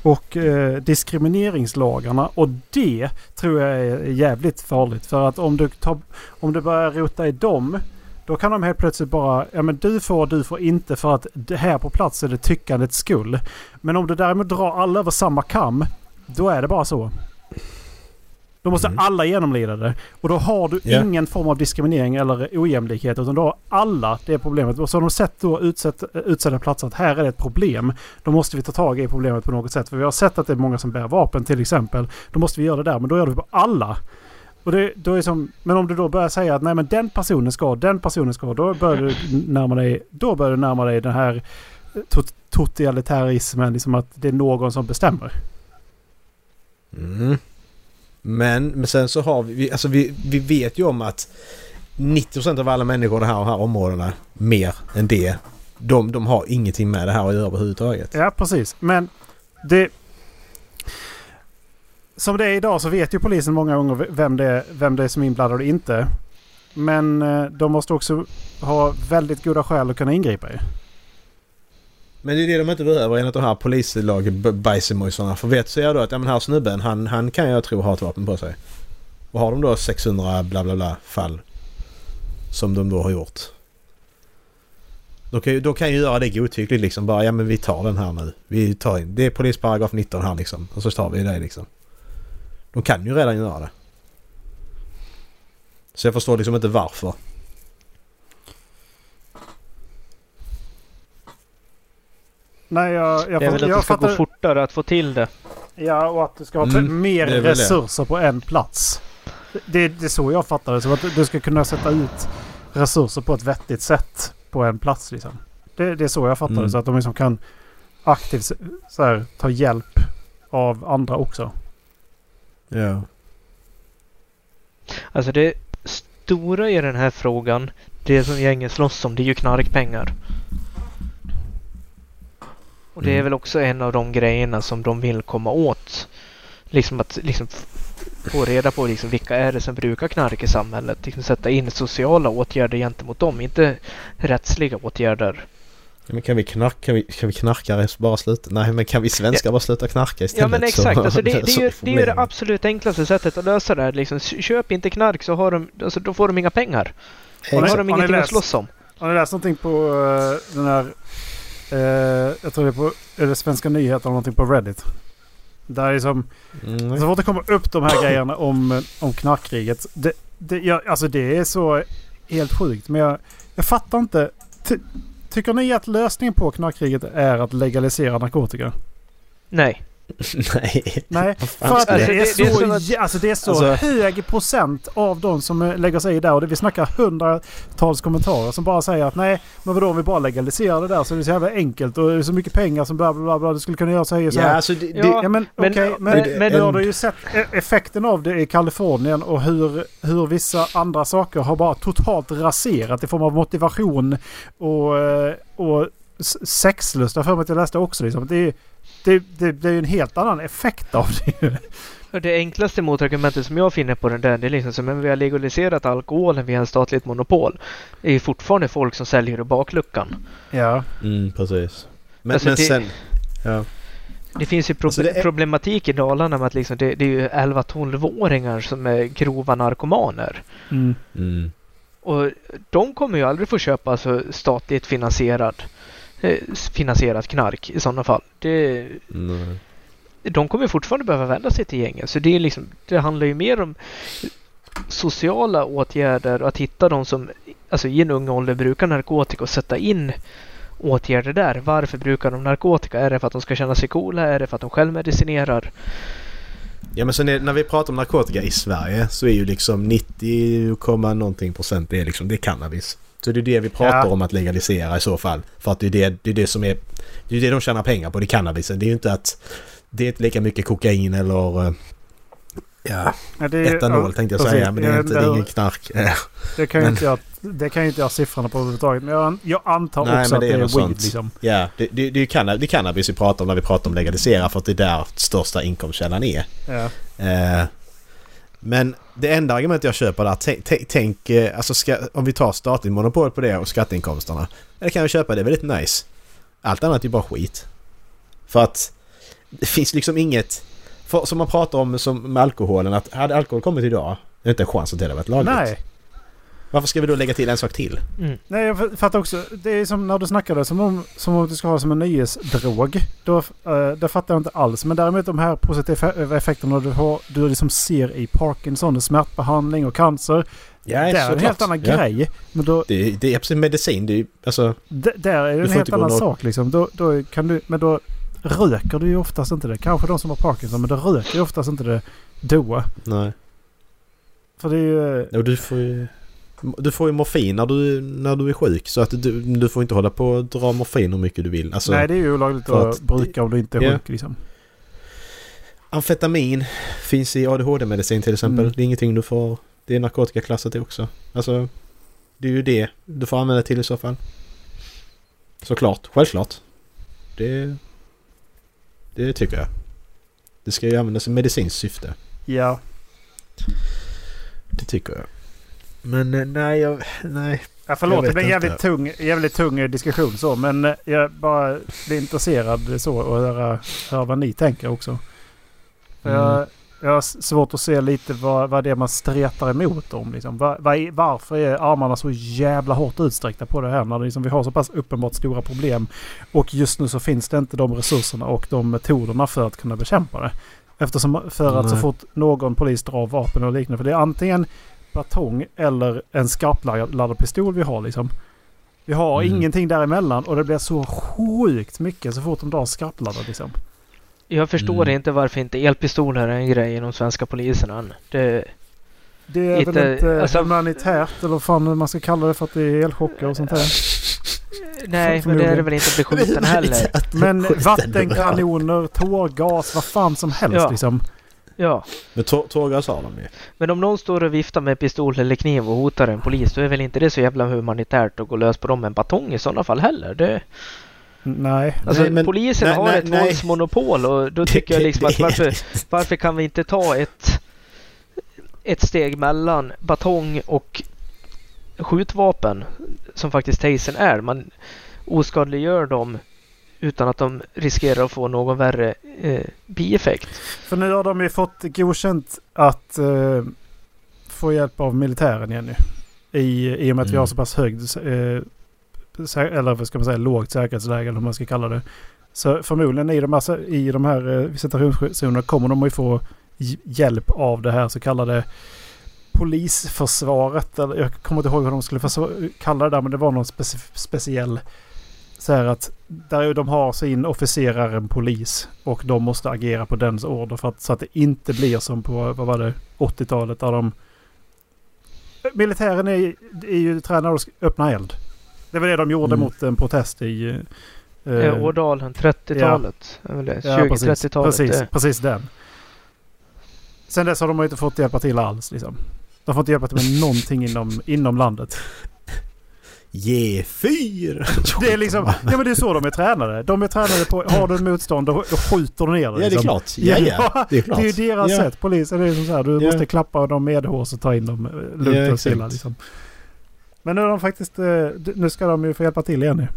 och eh, diskrimineringslagarna. Och det tror jag är jävligt farligt. För att om du, tar, om du börjar rota i dem, då kan de helt plötsligt bara, ja men du får, du får inte för att det här på plats är det tyckandets skull. Men om du däremot drar alla över samma kam, då är det bara så. Då måste Mm. alla genomlida det. Och då har du Ja. ingen form av diskriminering eller ojämlikhet. Utan då har alla det problemet. Och så har de sett då utsatt, utsatta platser att här är det ett problem. Då måste vi ta tag i problemet på något sätt. För vi har sett att det är många som bär vapen till exempel. Då måste vi göra det där. Men då gör vi det på alla. Och det, då är det som, men om du då börjar säga att nej men den personen ska, den personen ska. Då börjar du närma dig, då börjar du närma dig den här eh, tot- totalitarismen. Liksom att det är någon som bestämmer. Mm. Men, men sen så har vi- vi, alltså vi, vi vet ju om att 90% av alla människor i de här, de här områdena, mer än det, de, de har ingenting med det här att göra överhuvudtaget. Ja, precis. Men det... Som det är idag så vet ju polisen många gånger vem det är, vem det är som är inblandad och inte. Men eh, de måste också ha väldigt goda skäl att kunna ingripa i. Men det är ju det de inte behöver enligt de här polislagen, b- bajsemojsarna. För vet så jag då att ja, men den här snubben, han, han kan jag tro ha ett vapen på sig. Och har de då 600 bla bla bla fall som de då har gjort. Då kan, ju, då kan ju göra det godtyckligt liksom bara ja men vi tar den här nu. Vi tar in, det är polisparagraf 19 här liksom. Och så tar vi det liksom. De kan ju redan göra det. Så jag förstår liksom inte varför. Nej, jag, jag, Det är väl att det jag ska gå fattar. fortare att få till det. Ja, och att du ska ha Mm, mer det är väl det. resurser på en plats. Det, det är så jag fattar det. Som att du ska kunna sätta ut resurser på ett vettigt sätt på en plats. Liksom. Det, det är så jag fattar Mm. det. Så att de liksom kan aktivt så- så här, ta hjälp av andra också. Ja. Alltså det stora i den här frågan, det som gängen slåss om, det är ju knarkpengar. Och det är Mm. väl också en av de grejerna som de vill komma åt. Liksom att liksom f- få reda på liksom vilka är det som brukar knark i samhället. Liksom sätta in sociala åtgärder gentemot dem, inte rättsliga åtgärder. Ja, Men kan vi, knark, kan, vi, kan vi knarkare bara sluta? Nej, men kan vi svenskar bara sluta knarka istället? Ja men exakt, så- (laughs) (laughs) alltså det, det, är ju, så det är ju det problemet. absolut enklaste sättet att lösa det här. Liksom, köp inte knark så har de, alltså, då får de inga pengar. Då Har ni- har har de ni ingenting att läst- slåss om. Har ni läst någonting på eh, den här... eh, jag tror det är på är det Svenska nyheter eller någonting på Reddit. Där är liksom som... Mm. Så fort det Alltså, kommer upp de här grejerna om, om knarkkriget. Det, det, jag, alltså det är så helt sjukt. Men jag, jag fattar inte. Ty, tycker ni att lösningen på knarkkriget är att legalisera narkotika? Nej. (laughs) Nej. Nej, för ska att det det- är det- det är så, som att- jä- alltså det är så Alltså- hög procent av de som eh, lägger sig i där. Och det, vi snackar hundratals kommentarer som bara säger att nej, men vadå om vi bara legaliserar det där så är det så jävla enkelt och det är så mycket pengar som bla bla bla, bla du skulle kunna göra så här och så Ja, här. alltså det... Ja. det Ja men okej, Men- men, men- men men- du har du ju sett e- effekten av det i Kalifornien och hur, hur vissa andra saker har bara totalt raserat i form av motivation och, eh, och s- sexlust. Jag har för mig att jag läste också liksom. Det, är- det, det blir ju en helt annan effekt av det ju. Och Det enklaste motargumentet som jag finner på den där, det är liksom så, men vi har legaliserat alkoholen via en statligt monopol. Det är ju fortfarande folk som säljer i bakluckan. Ja. mm, precis. Men, Alltså, men det- sen... Ja. Det finns ju pro- Alltså, det är- problematik i Dalarna med att liksom, det, det är ju 11-12-åringar som är grova narkomaner. Mm. Mm. Och de kommer ju aldrig få köpa alltså, statligt finansierad, eh, finansierat knark i sådana fall. Det, Nej. de kommer fortfarande behöva vända sig till gängen. Så det, är liksom, det handlar ju mer om sociala åtgärder och att hitta de som alltså, i en ung ålder brukar narkotika och sätta in åtgärder där. Varför brukar de narkotika? Är det för att de ska känna sig coola? Är det för att de självmedicinerar? Ja men sen är, när vi pratar om narkotika i Sverige så är ju liksom 90, komma någonting procent det är liksom det är cannabis. Så det är det vi pratar Ja. om att legalisera i så fall. För att det är det, det, är det som är... Det är det de tjänar pengar på, det är cannabisen. Det är ju inte att... Det är inte lika mycket kokain eller... eh, Ja, Ja, det är ju- etanol ja, tänkte jag precis. säga. Men det Jag är, vet inte, det är hur- ingen knark. (laughs) Det kan ju Men- inte jag, det kan ju inte jag siffrorna på överhuvudtaget. Men jag, jag antar Nej, också men att det det är är, något weed sånt. liksom. Ja, det, det, det, är ju canna- det är cannabis vi pratar om när vi pratar om legalisera för att det är där största inkomstkällan är. Ja. Eh, men det enda argumentet jag köper där, tänk, tänk- tänk eh, alltså ska, om vi tar statligt monopol på det och skatteinkomsterna. Ja, Det kan jag köpa, det är väldigt nice. Allt annat är ju bara skit. För att Det finns liksom inget... För, som man pratar om som med alkoholen, att hade alkohol kommit idag, det är inte en chans att det hade varit lagligt. Nej. Varför ska vi då lägga till en sak till? Mm. Nej, jag fattar också. Det är som när du snackade som om, som om du ska ha som en nyhetsdrog. Då, eh, det fattar jag inte alls. Men däremot de här positiva effekterna du, har, du liksom ser i Parkinson, och smärtbehandling och cancer. Ja, det är en såklart. helt annan Ja. grej. Men då, Det, är- det är absolut medicin. Det är ju, alltså... d- där är det en får helt inte gå annan någon- sak liksom. Då, då kan du, men då röker du ju oftast inte det. Kanske de som har Parkinson, men då röker ju oftast inte det då. Nej. För det är ju... Och du får ju... Du får ju morfin när du, när du är sjuk. Så att du, du får inte hålla på och dra morfin hur mycket du vill. Alltså, nej, det är ju olagligt för att att- bruka om du inte är Ja. sjuk liksom. Amfetamin finns i ADHD-medicin till exempel. Mm. Det är ingenting du får... Det är narkotikaklassat det också. Alltså, det är ju det du får använda till i så fall. Såklart, självklart. Det... Det tycker jag. Det ska ju användas i medicinskt syfte. Ja. Det tycker jag. Men eh, nej, jag... (laughs) Nej. Ja, förlåt, Jag det vet blir en jävligt inte. tung, jävligt tung eh, diskussion så. Men eh, jag bara blir intresserad så och höra, höra vad ni tänker också. För Jag, Mm. jag har s- svårt att se lite vad, vad det är man stretar emot om. Liksom. Va- va- varför är armarna så jävla hårt utsträckta på det här när det liksom, vi har så pass uppenbart stora problem. Och just nu så finns det inte de resurserna och de metoderna för att kunna bekämpa det. Eftersom för att så Nej. fort någon polis drar vapen och liknande. För det är antingen batong eller en skarpladdad pistol vi har liksom. Vi har Mm. ingenting däremellan och det blir så sjukt mycket så fort de drar skarpladdad liksom. Jag förstår Mm. inte varför inte elpistoler är en grej inom svenska polisen än. Det, Det är väl Inte- inte alltså- humanitärt eller vad fan man ska kalla det för att det är elchocker och sånt där. nej, men det Förmodligen. är det väl inte att bli (laughs) skjuten heller. (laughs) Men Skiten vattenkanoner, tårgas, vad fan som helst Ja. liksom. Ja. Men tå- tårgas har de ju. Men om någon står och viftar med pistol eller kniv och hotar en polis, då är väl inte det så jävla humanitärt att gå lös på dem med en batong i sådana fall heller. Det, Nej. alltså, Nej, men- polisen nej, har nej, ett nej. våldsmonopol och då tycker jag liksom att Det- det varför, är det. varför kan vi inte ta ett, ett steg mellan batong och skjutvapen som faktiskt tasern är. Man oskadliggör dem utan att de riskerar att få någon värre eh, bieffekt. För nu har de ju fått godkänt att eh, få hjälp av militären igen nu. I, I och med att vi Mm. har så pass högt, eh, sä- eller vad ska man säga, lågt säkerhetsläge eller hur man ska kalla det. Så förmodligen i de här, sä- i de här eh, visitationszonerna kommer de att få hj- hjälp av det här så kallade polisförsvaret. Eller jag kommer inte ihåg vad de skulle försva- kalla det där men det var någon speci- speciell så här att där ju de har sin officerare, en polis. Och de måste agera på dens order för att, så att det inte blir som på, vad var det, 80-talet där de... Militären är, är ju tränade att öppna eld. Det var det de gjorde Mm. mot en protest i... eh, Eh, Ådalen, 30-talet. Ja. ja, 20-30-talet. Precis, eh. precis den. Sen dess har de ju inte fått hjälpa till alls liksom. De får inte hjälpa till med någonting inom, inom landet. Ge (laughs) fyr! Det är liksom, ja men det är så de är tränade. De är tränade på, har du en motstånd då, då skjuter du ner Ja, det är liksom. klart. Ja, ja. Det är klart. Det är ju deras ja. sätt. Polisen är ju som så här, du Ja. måste klappa dem medhårs och ta in dem eh, lugnt Ja, och stilla exakt. liksom. Men nu har de faktiskt, eh, d- nu ska de ju få hjälpa till igen nu.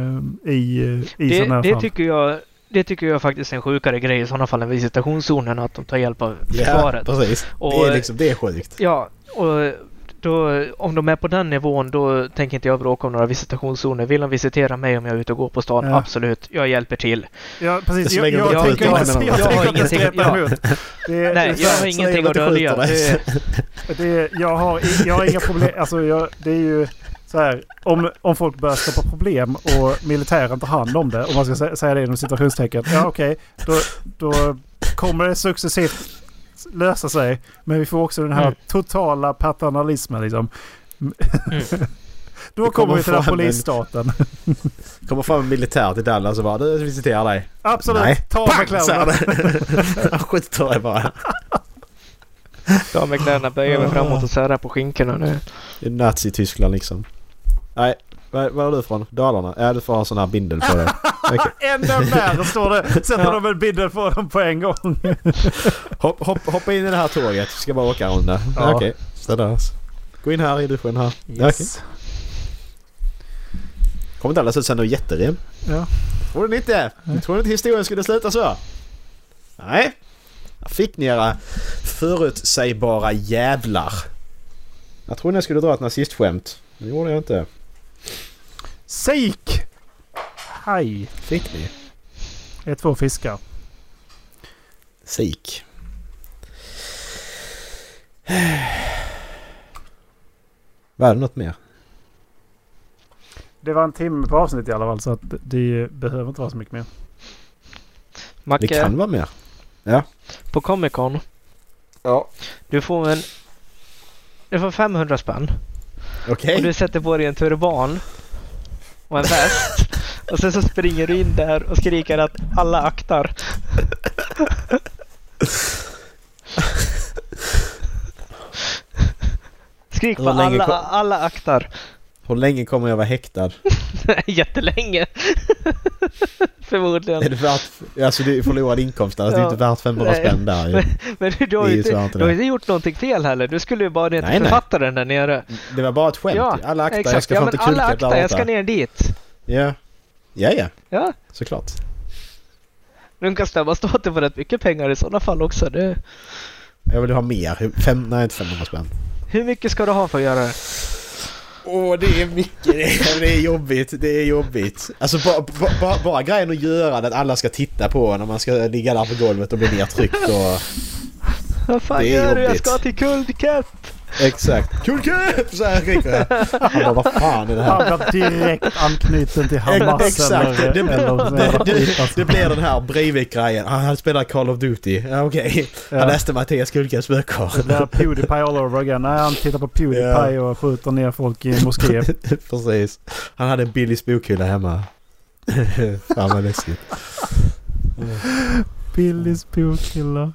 Ehm, I, eh, i sådana Det, här det, fall. tycker jag, det tycker jag faktiskt är en sjukare grej i sådana fall än visitationszonen att de tar hjälp av Ja, försvaret. precis. Och, det är liksom, det är sjukt. Ja, och då, om de är på den nivån då tänker inte jag bråka om några visitationszoner. Vill de visitera mig om jag är ute och går på stan? Ja. Absolut, jag hjälper till. Ja precis, Så jag, länge jag, de inte tänker skjuter inte varandra. jag Jag har tänker inte ingenting- strepa ja. emot. Det, Nej, det, jag har ingenting att inte dölja. skjuter dig. Det- Det, jag, har, i- jag har inga problem. Alltså jag, det är ju så här. Om, om folk börjar skapa problem och militären tar hand om det. Om man ska sä- säga det inom citationstecken. Ja okej. då, då kommer det successivt lösa sig. Men vi får också den här Mm. totala paternalismen liksom. Då (laughs) Det kommer kommer vi till den här fram en- polisstaten. Kommer fram en militär till Dallas och bara du, jag visiterar dig. Absolut. Nej. Ta av mig Pang! säger kläderna. han. Han (laughs) skjuter dig bara. Ta med kläderna, böja mig framåt och sära på skinkorna nu. Det är Nazi-Tyskland liksom. Nej, var, var är du från? Dalarna? Ja, du får ha sån här bindel på dig. Okej. (laughs) Ännu värre står det. Sätter Ja. de en bindel på dem på en gång. (laughs) Hopp, hopp, hoppa in i det här tåget. Vi ska bara åka en runda. Ja. Ja. Okej, ställ dig här. Gå in här i duschen här. Ja, okej. Yes. Kommer Dallas ut sen och jätterim? Ja. Tror du inte? Du trodde inte historien skulle sluta så? Nej. Där fick ni era förutsägbara jävlar. Jag trodde jag skulle dra ett nazistskämt. Det gjorde jag inte. Sik! Haj. Fick ni? Det är två fiskar. Sik. Var det något mer? Det var en timme på avsnitt i alla fall så att det behöver inte vara så mycket mer. Det Macke, kan vara mer. på Comic Con. Ja. Du får en... Du får 500 spänn. Okej. Och du sätter på dig en turban och en (laughs) väst. och sen så springer du in där och skriker att alla aktar. Skrik på Det var länge alla, ko- alla aktar. Hur länge kommer jag vara häktad? (laughs) Jättelänge. (laughs) Förmodligen. Är det värt... Alltså det är förlorad inkomst där. Det är Ja. inte värt 500 Nej. spänn där ju. Men du har Det ju är ju inte, tyvärr inte du har det. inte gjort någonting fel heller. Du skulle ju bara ner Nej, till nej. författaren där nere. Det var bara ett skämt. Ja, alla akta, Exakt. jag ska ja, fram men till alla kulkar där aktar, jag ska borta. ner dit. Ja. Ja, ja. Ja, Såklart. de kan stämma staten på rätt mycket pengar i sådana fall också. Det... Jag vill ha mer. Fem, nej, inte 500 spänn. Hur mycket ska du ha för att göra det? Åh, det är mycket. Det är, det är jobbigt. Det är jobbigt. Alltså bara, bara, bara, bara grejen att göra det att alla ska titta på en när man ska ligga där på golvet och bli nedtryckt och... (laughs) Vad fan Det är gör du? Jag jobbigt. ska till Kullcap! Exakt. Kulkup! Så här skriker jag. Han bara, vad fan är det här? Han var direkt anknuten till Hamas Exakt. eller... Det- eller Det, det, det blir den här Breivik-grejen. Ah, Han spelar Call of Duty. Ja, Okej. Ja. Jag läste Mattias Kullgrens böcker. Det där Pewdiepie all over again. Nej, han tittar på Pewdiepie och skjuter ner folk i en (laughs) moské. (laughs) Precis. Han hade en Billys bokhylla hemma. (laughs) Fan vad läskigt. Billys bokkillar.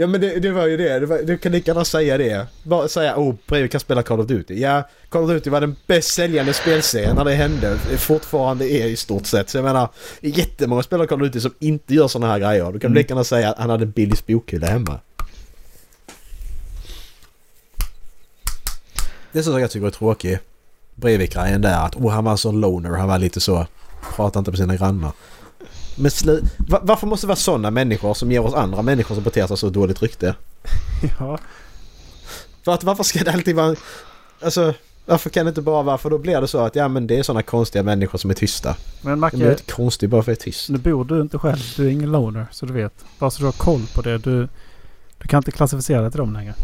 Ja men det, det var ju det. det var, du kan lika gärna säga det. Bara säga oh Breivik kan spela Call of Duty. Ja, Call of Duty var den bäst säljande spelserien när det hände. Fortfarande är i stort sett. Så jag menar, det är jättemånga spelare i Call of Duty som inte gör sådana här grejer. Du kan Mm. lika gärna säga att han hade Billys bokhylla hemma. Det är så jag tycker är tråkigt. Breivik-grejen där att oh, han var så loner, han var lite så... Pratade inte med sina grannar. Men slu- Va- varför måste det vara sådana människor som ger oss andra människor som beter sig så dåligt rykte? Ja. För att varför ska det alltid vara... Alltså, varför kan det inte bara vara... För då blir det så att ja men det är sådana konstiga människor som är tysta. Men De är Macke, inte konstiga bara för att jag är tyst. nu bor du inte själv. Du är ingen loner, så du vet. Bara så du har koll på det. Du, du kan inte klassificera dig till dem längre.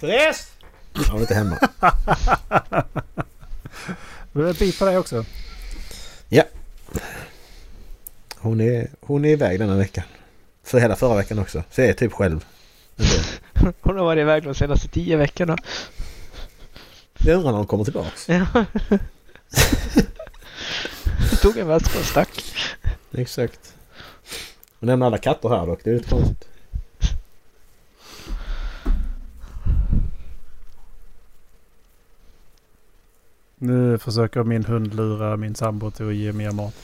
Therese! Jag är inte hemma. Du är beat på dig också. Hon är, hon är iväg denna veckan. För hela förra veckan också. Så jag är typ själv. Ändå. Hon har varit iväg de senaste tio veckorna. Jag undrar när hon kommer tillbaks. Ja. Tog en väska och stack. Exakt. Hon lämnar alla katter här dock. Det är lite konstigt. Nu försöker min hund lura min sambo till att ge mer mat.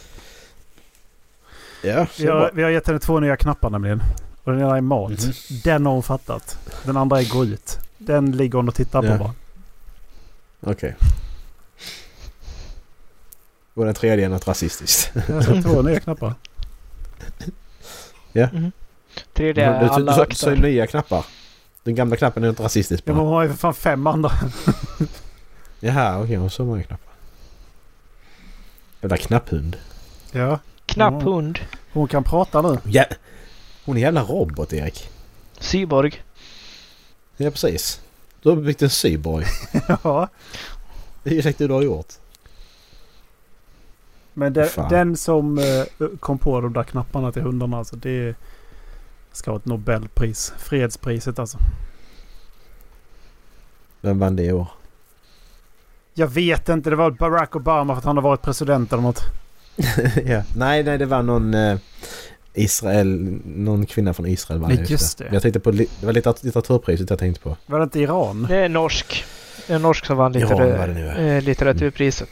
Ja, Vi har, vi har gett henne två nya knappar nämligen. Och den ena är mat. Mhm. Den har hon fattat. Den andra är gå ut. Den ligger hon och tittar Ja. på bara. Okej. Och den tredje är något rasistiskt. Jag ska två nya (laughs) knappar. Tredje är (laughs) Du- du- alla så, så är aktar. nya knappar. Den gamla knappen är inte rasistisk Ja, men bara. hon har ju för fan fem andra. Jaha, okej. hon har så många knappar. Jävla knapphund. Ja. Knapphund. Hon kan prata nu. Ja. Hon är en jävla robot, Erik. Cyborg. Ja, precis. Du har byggt en cyborg. Ja. Det är ju exakt det du har gjort. Men den, Fan. den som eh, kom på de där knapparna till hundarna alltså. Det ska ha ett Nobelpris. Fredspriset alltså. Vem vann det (laughs) i år? Jag vet inte. Det var Barack Obama för att han har varit president eller något. ja. Nej, nej, det var någon eh, Israel... Någon kvinna från Israel vann Nej, det, just det. Jag tänkte på... li- Det var litter- litteraturpriset jag tänkte på. Var det inte Iran? Det är norsk. Det är en norsk som vann Iran litter- var det nu, ja. eh, litteraturpriset.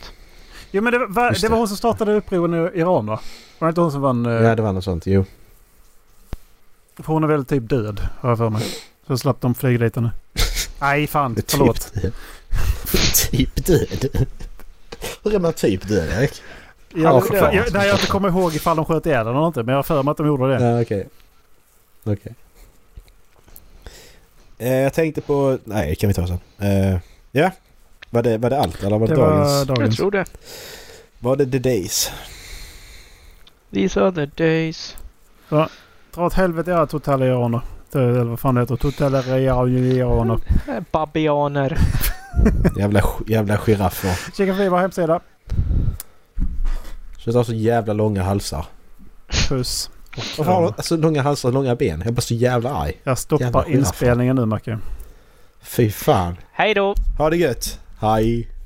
Jo men det var, Just det var det. hon som startade upproren i Iran va? Var det inte hon som vann? eh, Ja, det var något sånt. Jo. (laughs) För hon är väl typ död har jag för mig. Så slapp de flyga dit henne. Nej fan. Det är (laughs) Förlåt. Typ död. typ död. Hur är man typ död Erik? Jag, Ja, för fan. jag, nej, jag inte kommer ihåg ifall de sköt ihjäl den eller inte. Men jag har för mig att de gjorde det. Nej, okej. Okej. Eh, jag tänkte på... Nej, det kan vi ta sen. Eh, ja. Var det, var det allt? Eller var det, Det dagens? var Jag dagens. tror det. Var det the days? These are the days. Dra åt helvete era totalitarianer. Det- Eller vad fan det heter. Totalitarianer. Eh, Babianer. jävla, jävla giraffer. Kika förbi vår hemsida. Så de har så jävla långa halsar. Puss. Varför har de så långa halsar och långa ben? Jag blir så jävla arg. Jag Jävla stoppar giraff. inspelningen nu Macke. Fy fan. Hej då! Ha det gött. Hej.